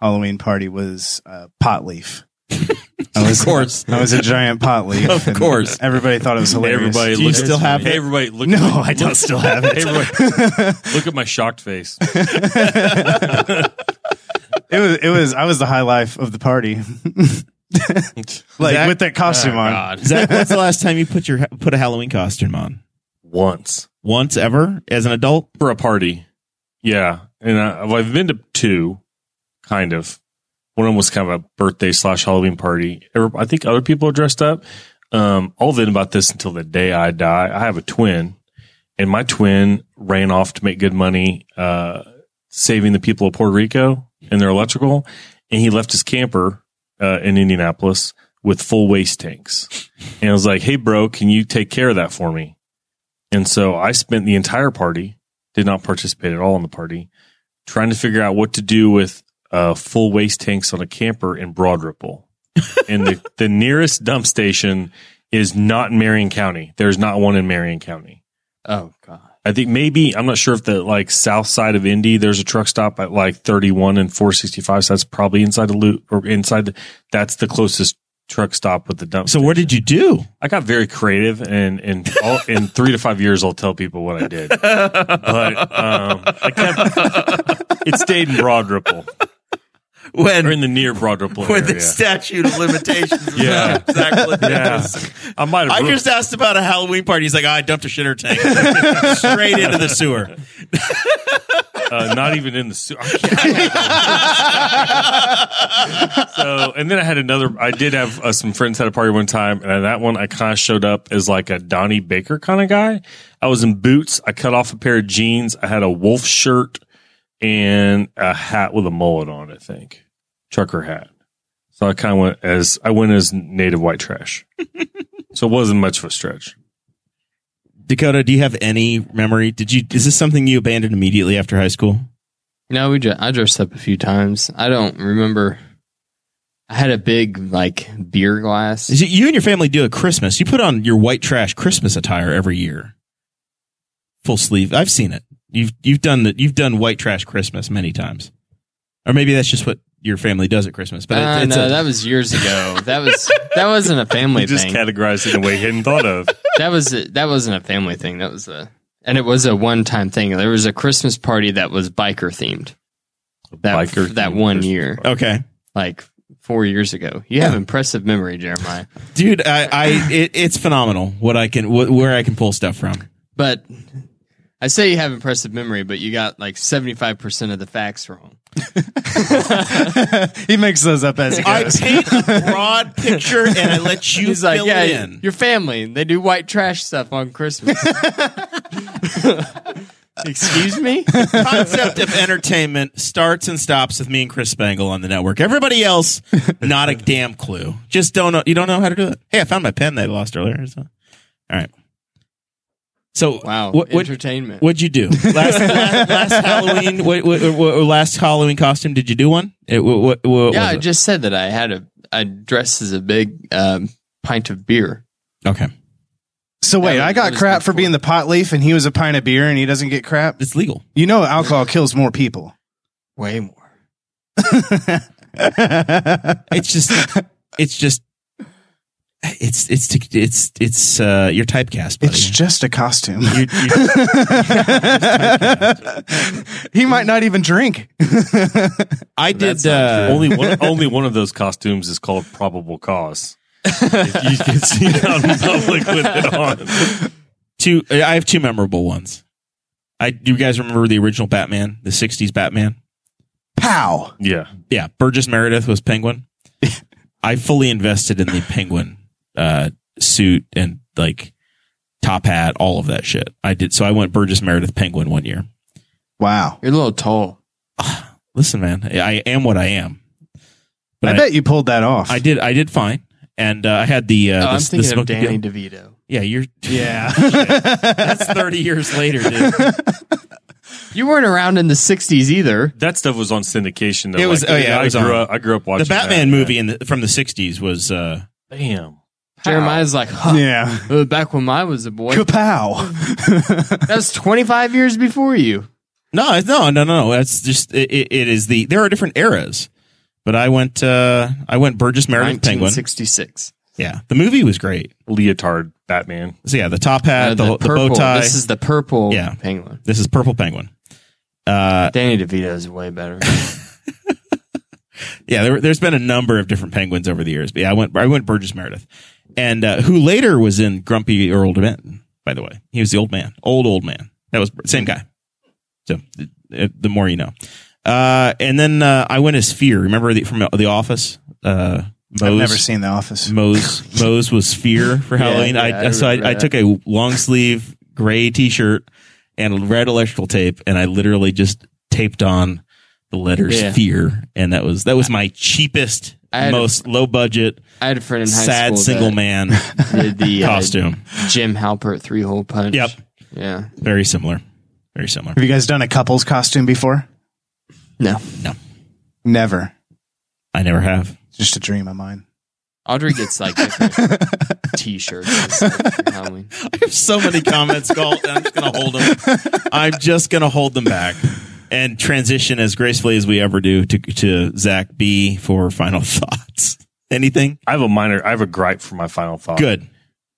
Halloween party was uh, pot leaf. was,
Of course.
I was a giant pot leaf.
Of
and
course.
Everybody thought it was hilarious.
Everybody,
Do you
look
still
at,
have it?
hey, Everybody, look.
No,
at my,
I don't
look-
still have it.
Everybody, look at my shocked face.
It was. It was. I was the high life of the party. like
Zach- Oh,
with that costume on.
Zach, when's the last time you put your put a Halloween costume on?
Once
Once ever as an adult?
for a party, yeah, and I, well, I've been to two, kind of. One of them was kind of a birthday slash Halloween party. Every- I think other people are dressed up. Um, I'll vent about this until the day I die. I have a twin, and my twin ran off to make good money, uh, saving the people of Puerto Rico and their electrical, and he left his camper uh, in Indianapolis with full waste tanks. And I was like, "Hey, bro, can you take care of that for me?" And so I spent the entire party, did not participate at all in the party, trying to figure out what to do with uh, full waste tanks on a camper in Broad Ripple. and the, the nearest dump station is not in Marion County. There's not one in Marion County.
Oh god.
I think maybe I'm not sure if the like south side of Indy there's a truck stop at like 31 and 465. So that's probably inside the loop or inside. The, that's the closest truck stop with the dump.
So what did you do?
I got very creative, and in all, in three to five years, I'll tell people what I did. But um, I kept it stayed in Broad Ripple or in
when
the near Broad Ripple
when
area.
the statute of limitations. was
Yeah.
up, Zach looked at
yeah,
us.
I might
I
have.
just asked about a Halloween party. He's like, "Ah, I dumped a shitter tank straight into the sewer.
uh, not even in the su- I can't- so and then i had another i did have uh, some friends had a party one time and that one i kind of showed up as like a donnie baker kind of guy i was in boots i cut off a pair of jeans i had a wolf shirt and a hat with a mullet on i think trucker hat so i kind of went as i went as native white trash so it wasn't much of a stretch
Dakota, do you have any memory? Did you is this something you abandoned immediately after high school?
No, we dre- I dressed up a few times. I don't remember. I had a big like beer glass.
Is it- you and your family do a Christmas. You put on your white trash Christmas attire every year. Full sleeve. I've seen it. You've you've done the, you've done white trash Christmas many times. Or maybe that's just what your family does at Christmas. But
Uh,
it, it's
no,
a,
that was years ago. That was that wasn't a family
you just
thing.
categorized it in a way he hadn't thought of
that was that wasn't a family thing. That was a and it was a one time thing. There was a Christmas party that was biker themed. That
Biker
that
themed
one
Christmas
year,
party.
okay.
like four years ago. You have impressive memory, Jeremiah.
Dude, I, I it, it's phenomenal what I can wh- where I can pull stuff from.
But I say you have impressive memory, but you got like seventy five percent of the facts wrong.
he makes those up as he
I
goes.
paint a broad picture and I let you
He's like, yeah, your family. They do white trash stuff on Christmas. Excuse me?
concept of entertainment starts and stops with me and Chris Spangle on the network. Everybody else, not a damn clue. Just don't know. You don't know how to do it. Hey, I found my pen that I lost earlier. So. All right. So
Wow.
what, what
entertainment.
what'd you do last, last, last Halloween? What, what, what, what- last Halloween costume? Did you do one? It, what, what, what
yeah,
was
I
it?
just said that I had a I dressed as a big um, pint of beer.
okay.
So wait,
Yeah,
I
that
got
was
crap for
before.
being the pot leaf, and he was a pint of beer, and he doesn't get crap.
It's legal.
You know, alcohol kills more people.
Way more.
It's just. It's just. It's it's it's it's uh, your typecast. Buddy.
It's just a costume.
You- you-
he might not even drink.
I
That's
did.
not
Uh,
only one only one of those costumes is called probable cause. if you get seen out in public with it on,
two i have two memorable ones i do you guys remember the original batman the 60s batman
Pow.
yeah,
yeah burgess meredith was penguin i fully invested in the penguin uh suit and like top hat all of that shit i did so i went burgess meredith penguin one year
Wow.
You're a little tall.
listen man i am what i am but
I,
I,
bet you pulled that off.
I did i did fine and uh, i had the uh the,
oh, I'm
the
thinking of
smoky
Danny
deal.
DeVito.
yeah you're
Yeah.
that's 30 years later dude
You weren't around in the 60s either.
that stuff was on syndication. Though.
It was-
Like,
oh, yeah, it
I
was
grew
on.
up. I grew up watching
the batman
that.
movie in the, from the 60s was uh
Damn,
Jeremiah's like, huh,
yeah.
uh, back when I was a boy.
Kapow.
That was 25 years before you.
No, it's- no, no, no, no. That's just it, it, it is the there are different eras. But I went uh I went Burgess Meredith Penguin.
1966.
Yeah. The movie was great.
leotard Batman.
So yeah, the top hat,
Uh,
the, the, bow tie.
This is the purple
Yeah.
penguin.
this is Purple Penguin. Uh
Danny DeVito is way better.
yeah, there, there's been a number of different penguins over the years, but yeah, I went I went Burgess Meredith, and uh, who later was in Grumpy Earl Denton. By the way, he was the old man, old old man. That was same guy. So the, the more you know. Uh, and then uh, I went as Fear. Remember the, from The Office? Uh,
I've
Moe's-
never seen The Office.
Moe's Moe's was fear for Halloween.
yeah,
I,
I
so I, I
remember
took a long sleeve gray t shirt and red electrical tape, and I literally just taped on the letters
Yeah.
fear, and that was that was my cheapest,
I had a-
most low budget,
I had a friend in high
sad
school
single
that
man
did the uh,
costume.
Jim Halpert three hole punch.
Yep,
Yeah.
very similar, very similar.
Have you guys done a couple's costume before?
No.
Never.
I never have.
It's Just a dream of mine.
Audrey gets like different t-shirts for Halloween.
I have so many comments, Galt, and I'm just gonna hold them. I'm just gonna hold them back and transition as gracefully as we ever do to to Zach B for final thoughts. Anything
I have a minor. I have a gripe for my final thought.
good?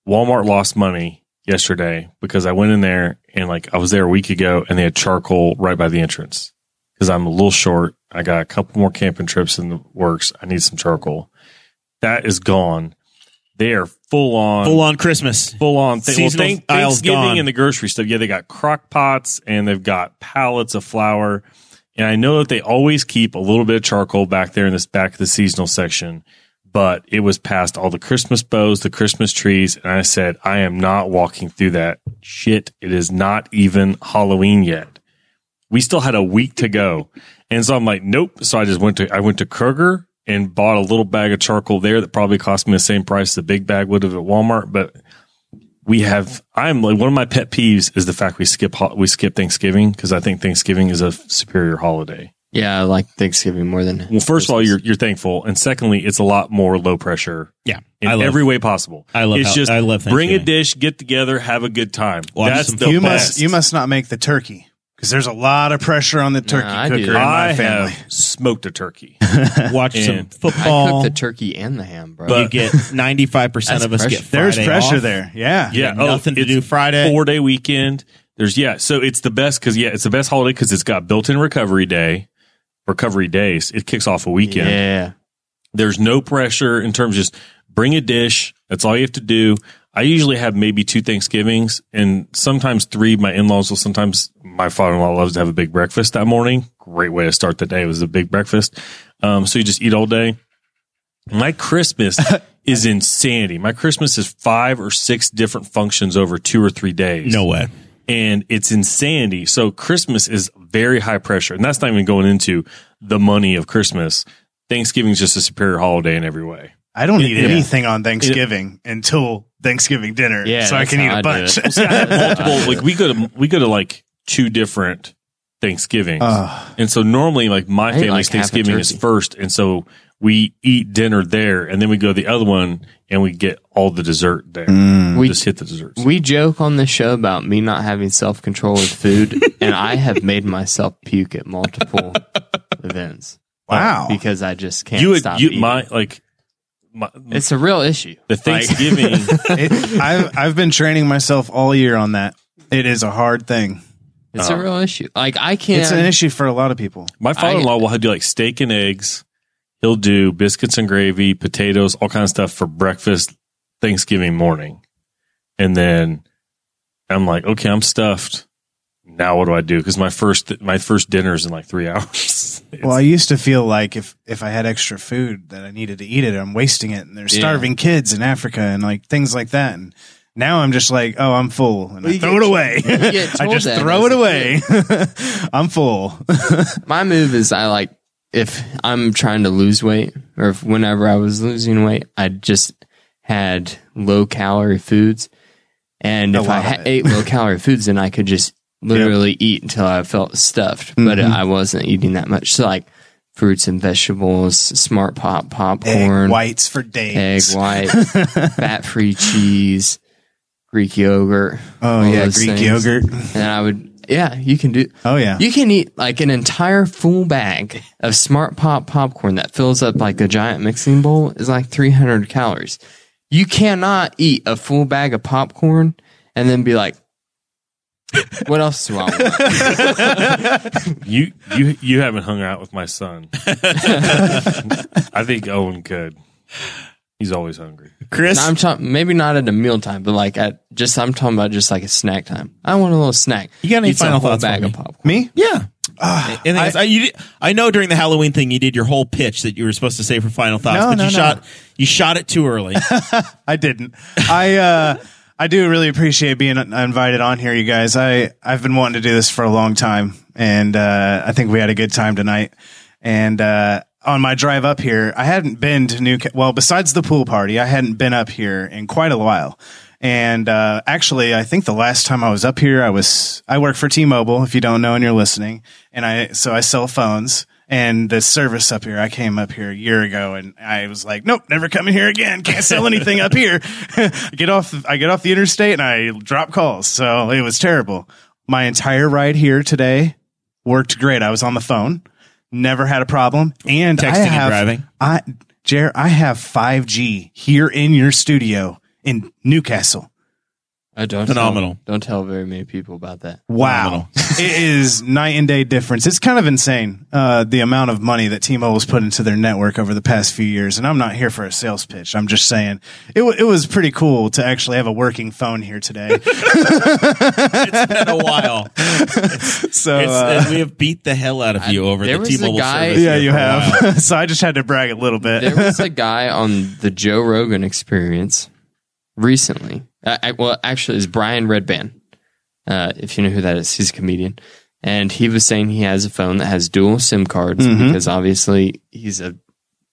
Walmart lost money yesterday because I went in there and like I was there a week ago and they had charcoal right by the entrance because I'm a little short. I got a couple more camping trips in the works. I need some charcoal. That is gone. They are full on,
Full on Christmas.
full on. Th- well,
Seasonal
thank-
aisle's
Thanksgiving
gone.
and the grocery stuff. Yeah, they got crock pots and they've got pallets of flour. And I know that they always keep a little bit of charcoal back there in this back of the seasonal section, but it was past all the Christmas bows, the Christmas trees. And I said, I am not walking through that shit. It is not even Halloween yet. We still had a week to go. And so I'm like, nope. So I just went to, I went to Kroger and bought a little bag of charcoal there that probably cost me the same price the big bag would have at Walmart. But we have I'm like one of my pet peeves is the fact we skip ho- we skip Thanksgiving because I think Thanksgiving is a superior holiday.
Yeah, I like Thanksgiving more than
Well, first of all, you're you're thankful, and secondly, it's a lot more low pressure
Yeah,
in
I love.
every way possible.
I love
it's
how-
just
I love
bring a
Thanksgiving.
dish, get together, have a good time.
Watch
That's
some
the
football.
you
best.
must you must not make the turkey because there's a lot of pressure on the turkey
I do.
cooker in my
I
family.
have smoked a turkey.
watch some
And
I
football.
cooked the turkey and the ham, bro.
you get 95 percent
That's
of us
pressure.
get
There's
Friday
pressure
off.
there. Yeah.
yeah,
nothing to
it's
do Friday.
Four day weekend. There's yeah, so it's the best because yeah, it's the best holiday because it's got built in recovery day, recovery days. It kicks off a weekend.
yeah.
there's no pressure in terms of just bring a dish. That's all you have to do. I usually have maybe two Thanksgivings and sometimes three. My in-laws will sometimes my father-in-law loves to have a big breakfast that morning. Great way to start the day was a big breakfast. Um, so you just eat all day. My Christmas is insanity. My Christmas is five or six different functions over two or three days
No way.
and it's insanity. So Christmas is very high pressure, and that's not even going into the money of Christmas. Thanksgiving's just a superior holiday in every way.
I don't eat
Yeah.
anything on Thanksgiving until Thanksgiving dinner.
Yeah,
so I
that's
can
how
eat a
I do
bunch.
it.
Multiple, like we go to we go to like two different Thanksgivings,
Ugh.
and so normally like my
I ate,
family's
like, half a
Thanksgiving is
turkey.
first, and so we eat dinner there, and then we go to the other one and we get all the dessert there.
We-
just hit the desserts.
We joke on the show about me not having self control with food, and I have made myself puke at multiple events
wow.
because I just can't
you would
stop
you
eating.
my like my,
it's a real issue.
the Thanksgiving.
It- I've I've been training myself all year on that. It is a hard thing.
It's
Oh.
a real issue. Like I can't.
It's an issue for a lot of people.
My father in law will do like steak and eggs. He'll do biscuits and gravy, potatoes, all kinds of stuff for breakfast Thanksgiving morning. And then I'm like, okay, I'm stuffed. Now what do I do? Because my first my first dinner is in like three hours.
Well, I used to feel like if if I had extra food that I needed to eat it, I'm wasting it, and there's
Yeah.
starving kids in Africa and like things like that. And now I'm just like, oh, I'm full, and I throw it away.
get
I
told
just
that
throw
as
it
a
away. I'm full.
my move is I like if I'm trying to lose weight or if whenever I was losing weight, I just had low calorie foods. And
A
if I
lot of
ha-
it.
ate low calorie foods, then I could just literally eat until I felt stuffed, but
Mm-hmm.
I wasn't eating that much. So like fruits and vegetables, smart pop, popcorn,
Egg whites for days.
egg white, fat free cheese, Greek yogurt.
Oh
all
yeah,
those
Greek
things
yogurt.
and I would yeah, you can do.
Oh, yeah.
you can eat like an entire full bag of Smart Pop popcorn that fills up like a giant mixing bowl is like 300 calories. You cannot eat a full bag of popcorn and then be like, "What else do I want?"
You you you haven't hung out with my son. I think Owen could. He's always hungry.
Chris,
Now, I'm talking maybe not at a mealtime, but like at just I'm talking about just like a snack time. I want a little snack.
You got any
Eat some
final
whole
thoughts for
Bag
me?
of popcorn.
Me?
yeah. Ah, Anything else? I, you did- I know during the Halloween thing you did your whole pitch that you were supposed to say for final thoughts,
No,
but
no,
you
no.
shot you shot it too early.
I didn't. I uh, I do really appreciate being invited on here, you guys. I I've been wanting to do this for a long time, and uh, I think we had a good time tonight. And uh, on my drive up here, I hadn't been to New well, besides the pool party, I hadn't been up here in quite a while. And uh, actually, I think the last time I was up here, I was I work for T-Mobile. If you don't know and you're listening, and I so I sell phones and the service up here. I came up here a year ago, and I was like, nope, never coming here again. Can't sell anything up here. I get off I get off the interstate and I drop calls. So it was terrible. My entire ride here today worked great. I was on the phone, never had a problem, and
Texting
I
and
have,
driving.
I, Jer, I have 5G here in your studio in Newcastle.
I don't
Phenomenal.
Tell, don't tell very many people about that.
Wow. it is night and day difference. It's kind of insane uh, the amount of money that T Mobile's put into their network over the past few years. And I'm not here for a sales pitch. I'm just saying it, w- it was pretty cool to actually have a working phone here today.
it's been a while.
so,
It's,
uh,
we have beat the hell out of you over
there
the
was a
T-Mobile
guy-
service.
yeah,
here
you
for a while.
have. so I just had to brag a little bit.
there was a guy on the Joe Rogan Experience recently. Uh, I- well, actually, it's Brian Redband. Uh, if you know who that is, he's a comedian, and he was saying he has a phone that has dual SIM cards because obviously he's a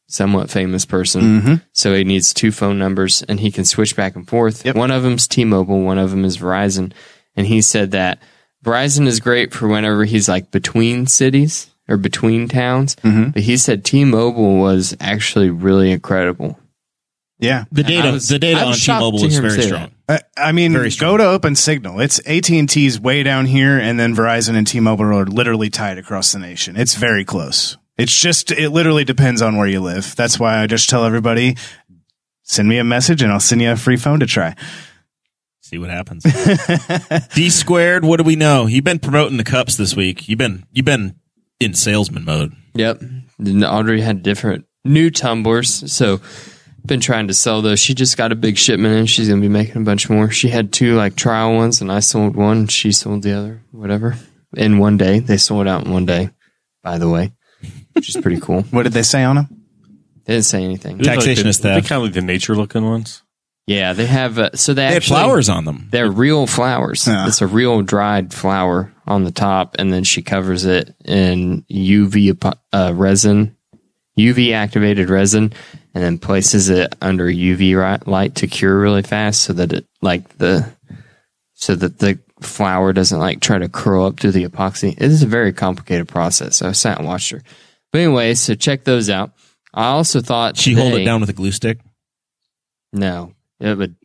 somewhat famous person, so he needs two phone numbers, and he can switch back and forth. One of them's T-Mobile, one of them is Verizon, and he said that Verizon is great for whenever he's like between cities or between towns. But he said T-Mobile was actually really incredible.
yeah.
The data,
I was-
the
I
data on
was shocked
T-Mobile
to
is
hear him
very
say
strong.
that.
I, Uh, I mean,
Very
go to Open Signal. It's AT and T's way down here, and then Verizon and T-Mobile are literally tied across the nation. It's very close. It's just it literally depends on where you live. That's why I just tell everybody, send me a message, and I'll send you a free phone to try.
See what happens. D squared. What do we know? You've been promoting the cups this week. You've been you've been in salesman mode.
Yep. And Audrey had different new tumblers, so been trying to sell those. She just got a big shipment and she's gonna be making a bunch more. She had two like trial ones and I sold one, she sold the other, whatever. In one day. They sold out in one day, by the way. Which is pretty cool.
What did they say on them?
They didn't say anything.
Taxation
like
is
the,
theft.
They kind of like the nature looking ones.
Yeah, they have uh, so they,
They had
actually-
flowers on them.
They're real flowers.
Yeah.
It's a real dried flower on the top, and then she covers it in UV apo- uh, resin, UV activated resin, and then places it under UV ri- light to cure really fast, so that it like the so that the flower doesn't like try to curl up through the epoxy. It is a very complicated process. I sat and watched her, but anyway, so check those out. I also thought
She hold it
today-
down with a glue stick.
no, it would.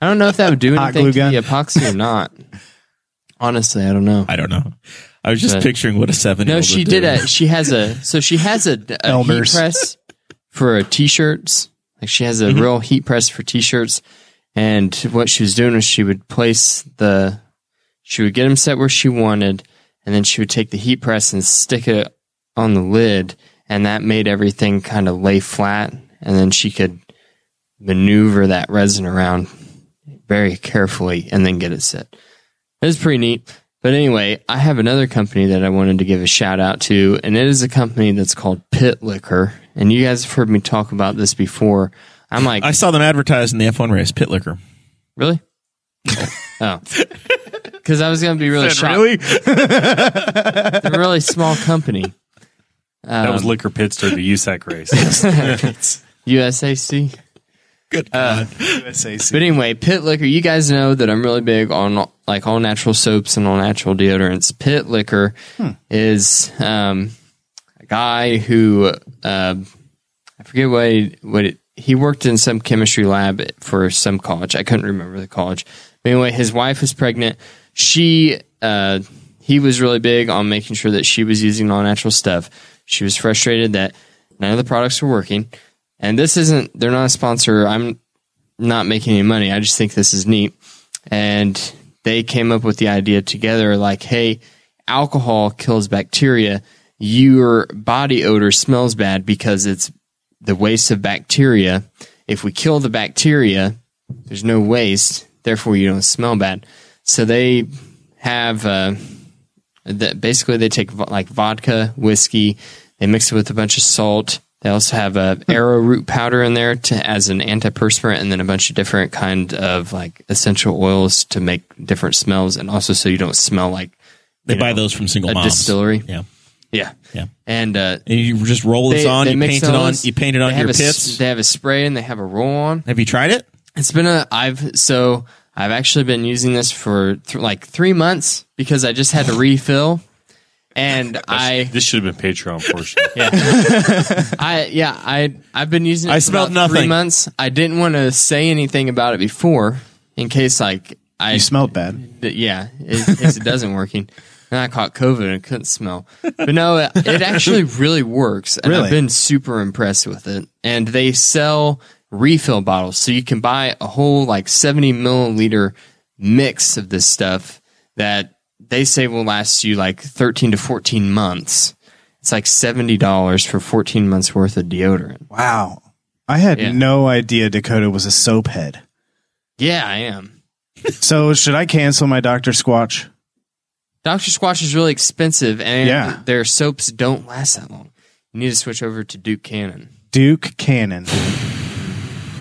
I don't know if that would do
Hot
anything to
glue gun?
the epoxy or not. Honestly, I don't know.
I don't know. I was just
But-
picturing what a seven.
No, she did a. She has a. So she has a, a heat
Elmer's.
press for uh, t-shirts. Like she has a real heat press for t-shirts. And what she was doing is she would place the. She would get them set where she wanted, and then she would take the heat press and stick it on the lid, and that made everything kind of lay flat. And then she could maneuver that resin around very carefully and then get it set. It's pretty neat. But anyway, I have another company that I wanted to give a shout out to, and it is a company that's called Pit Liquor. And you guys have heard me talk about this before. I'm like,
I saw them advertised in the F1 race. Pit liquor.
really? oh, because I was going to be really shocked.
Really?
They're a really small company.
that was liquor pits during the USAC race.
USAC.
Good.
But anyway, Pit Liquor, you guys know that I'm really big on like all natural soaps and all natural deodorants. Pit Liquor is um, a guy who uh, I forget what he, what it, he worked in some chemistry lab for some college. I couldn't remember the college. But anyway, his wife was pregnant. She uh, He was really big on making sure that she was using all natural stuff. She was frustrated that none of the products were working. And this isn't, they're not a sponsor. I'm not making any money. I just think this is neat. And they came up with the idea together like, hey, alcohol kills bacteria. Your body odor smells bad because it's the waste of bacteria. If we kill the bacteria, there's no waste. Therefore, you don't smell bad. So they have uh, that basically they take vo- like vodka, whiskey, they mix it with a bunch of salt. They also have a
Hmm.
arrowroot powder in there to, as an antiperspirant, and then a bunch of different kind of like essential oils to make different smells, and also so you don't smell like
They buy those from single
a
moms.
distillery.
Yeah.
yeah,
Yeah.
And uh,
And you just roll this on, you
mix
paint it on,
those.
you paint it
They
on
have
your
a s-
pits.
They have a spray and they have a roll on.
have you tried it?
It's been a I've so I've actually been using this for th- like three months because I just had to refill, and I
This should have been Patreon portion.
I yeah I I've been using. It
I
for
smelled
about Three
nothing.
months. I didn't want to say anything about it before in case like I
You smelled bad.
that- yeah, it, in case it doesn't working. And I caught COVID and couldn't smell. But no, it, it actually really works. And
Really?
I've been super impressed with it. And they sell refill bottles. So you can buy a whole like 70 milliliter mix of this stuff that they say will last you like 13 to 14 months. It's like $70 for 14 months worth of deodorant.
Wow. I had
Yeah.
no idea Dakota was a soap head.
Yeah, I am.
So should I cancel my Dr. Squatch?
Dr. Squash is really expensive and
Yeah.
their soaps don't last that long. You need to switch over to Duke Cannon.
Duke Cannon.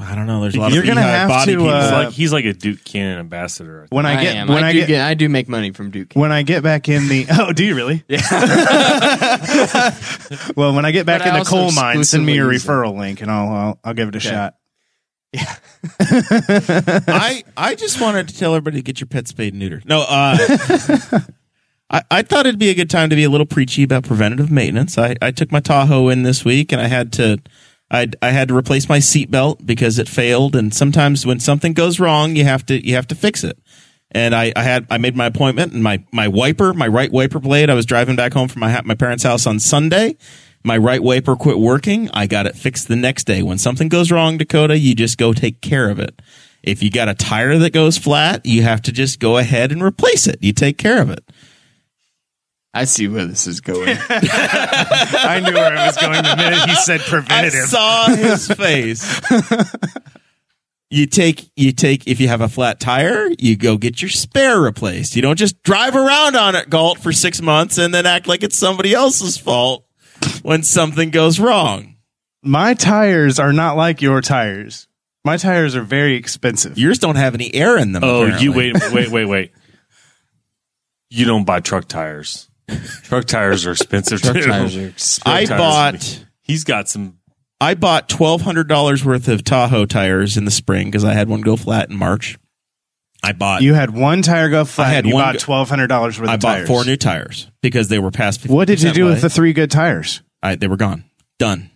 I don't know. There's a lot
You're
of
gonna
beehive
have
body
to,
people.
uh,
He's like he's like a Duke Cannon ambassador.
When I, get
am.
when
I,
I,
do
get,
I do make money from Duke. Cannon.
when I get back in the Oh, do you really? Yeah. well, when I get back
But
in
I
the
also
coal mine, send me
exclusively
a
use it.
referral link and I'll I'll, I'll give it a shot.
I I just wanted to tell everybody to get your pet spayed and neutered. No, uh, I I thought it'd be a good time to be a little preachy about preventative maintenance. I I took my Tahoe in this week and I had to. I, I had to replace my seatbelt because it failed, and sometimes when something goes wrong, you have to you have to fix it. And I, I had I made my appointment, and my my wiper, my right wiper blade. I was driving back home from my ha- my parents' house on Sunday. My right wiper quit working. I got it fixed the next day. When something goes wrong, Dakota, you just go take care of it. If you got a tire that goes flat, you have to just go ahead and replace it. You take care of it.
I see where this is going.
I knew where it was going the minute he said preventative.
I saw his face. you take you take if you have a flat tire, you go get your spare replaced. You don't just drive around on it, Galt, for six months and then act like it's somebody else's fault when something goes wrong.
my tires are not like your tires. My tires are very expensive.
Yours don't have any air in them.
Oh,
apparently.
you wait, wait, wait, wait. You don't buy truck tires. Truck tires are expensive.
Truck
too.
tires are expensive.
Truck
I
tires-
bought-
He's got some.
I bought twelve hundred dollars worth of Tahoe tires in the spring because I had one go flat in March. I bought
You had one tire go flat.
I had
you
one
bought
go-
twelve hundred dollars worth
I
of
bought
tires.
four new tires because they were past. 50
what did you do with the three good tires?
I, they were gone, done,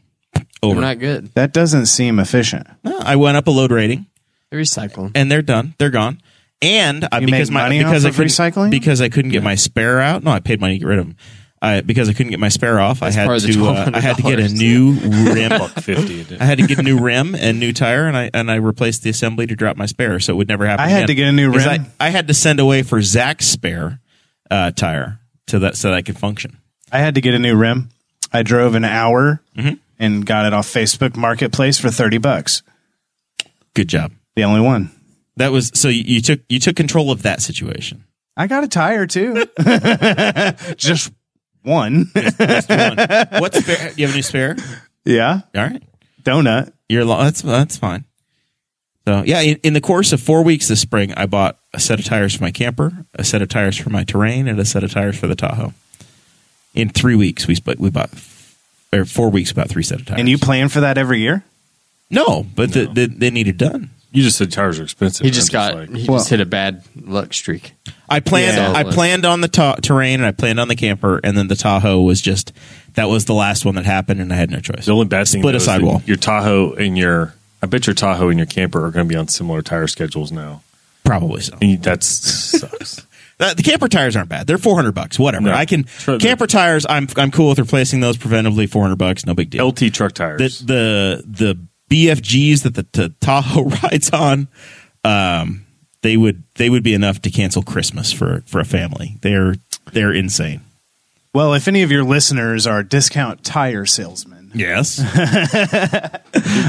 over.
They're not good.
That doesn't seem efficient.
No, I went up a load rating,
They recycle.
and they're done. They're gone. And I
You
because
make
my
money
because I
off of
couldn't-
recycling?
because I couldn't get my spare out. No, I paid money to get rid of them. I, because I couldn't get my spare off,
That's
I had
part of the
to uh, I had to get a
$1,200.
new rim.
Buck fifty.
I had to get a new rim and new tire, and I and I replaced the assembly to drop my spare, so it would never happen.
I had
again.
to get a new
'Cause
rim.
I, I had to send away for Zach's spare uh, tire to that so that I could function.
I had to get a new rim. I drove an hour and got it off Facebook Marketplace for thirty bucks.
Good job.
The only one.
That was so you, you took you took control of that situation.
I got a tire too. Just one.
What spare? Do you have a new spare?
yeah.
All right.
Donut.
You're lo- that's that's fine. So yeah, in, in the course of four weeks this spring, I bought a set of tires for my camper, a set of tires for my terrain, and a set of tires for the Tahoe. In three weeks, we split. We bought or four weeks, about three set of tires.
And you plan for that every year?
no, but the- the- they needed done.
You just said tires are expensive.
He just got.
I'm like,
he
Well-
just hit a bad luck streak.
I planned.
Yeah.
I planned on the ta- terrain, and I planned on the camper, and then the Tahoe was just that was the last one that happened, and I had no choice.
the only bad thing.
Split a
though, is that
sidewall.
Your Tahoe and your. I bet your Tahoe and your camper are going to be on similar tire schedules now,
Probably so.
and you, that's sucks.
Uh, the camper tires aren't bad. They're four hundred bucks, whatever.
No.
I can
Sure, they're-
camper tires. I'm I'm cool with replacing those preventively. Four hundred bucks, no big deal.
LT truck tires.
The the the BFGs that the t- Tahoe rides on, um, they would they would be enough to cancel Christmas for for a family. They're they're insane.
Well, if any of your listeners are discount tire salesmen,
Yes.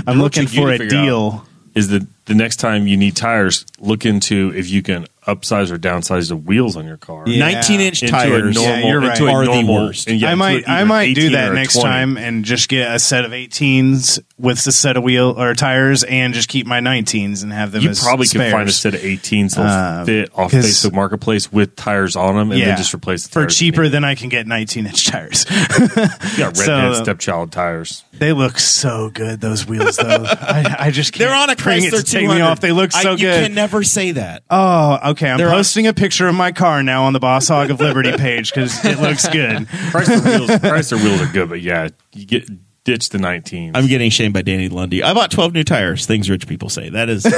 I'm looking
you
for
need
a
to figure out.
deal.
is that the next time you need tires, look into if you can upsize or downsize the wheels on your car.
Yeah.
19 inch
Into
tires
a normal,
Yeah, you're
into
right.
a
are the
normal-
worst.
and yeah,
I
into
might
a-
I
either
might do
18
that
or
next
20.
time and just get a set of 18s with a set of wheel or tires and just keep my 19s and have them.
You
as
probably can find a set
spares.
of 18s that'll
Uh,
fit off
'cause-
Facebook Marketplace with tires on them, and
Yeah.
then just replace the
for
tires.
cheaper than I can get 19 inch tires.
Yeah, redhead
so-
stepchild tires.
they look so good. Those wheels, though. I, I just can't
They're on a
bring
Chrysler
it to take
200.
me off. They look
I-
so
you
good.
can never say that.
Oh, okay. I'm
They're on-
posting a picture of my car now on the Boss Hog of Liberty page because it looks good.
Chrysler wheels, Chrysler wheels are good, but yeah, you get ditch the 19s.
I'm getting shamed by Danny Lundy. I bought 12 new tires. Things rich people say. That is. yeah.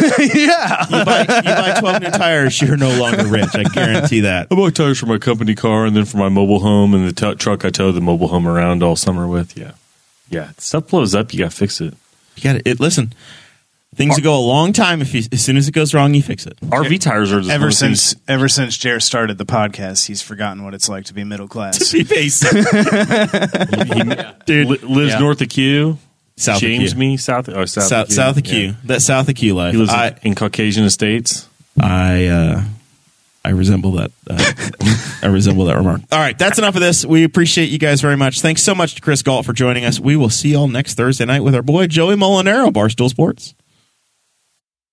You buy, you buy 12 new tires, you're no longer rich. I guarantee that.
I bought tires for my company car and then for my mobile home and the t- truck I tow the mobile home around all summer with. Yeah. Yeah. Stuff blows up. You got to fix it.
You got it. Listen, things that go a long time. If you, as soon as it goes wrong, you fix it.
RV tires are just one
Ever
of the things-
since ever since Jer started the podcast, he's forgotten what it's like to be middle class.
Be basic.
Li- lives
Yeah.
north of Q.
South of
shames
Q.
me south. Oh, south,
South, south of Q.
Yeah.
That south of Q life.
He lives in-
I,
in, Caucasian estates.
I, uh, I resemble that. Uh, I resemble that remark. All right, that's enough of this. We appreciate you guys very much. Thanks so much to Chris Galt for joining us. We will see y'all next Thursday night with our boy Joey Molinaro, Barstool Sports.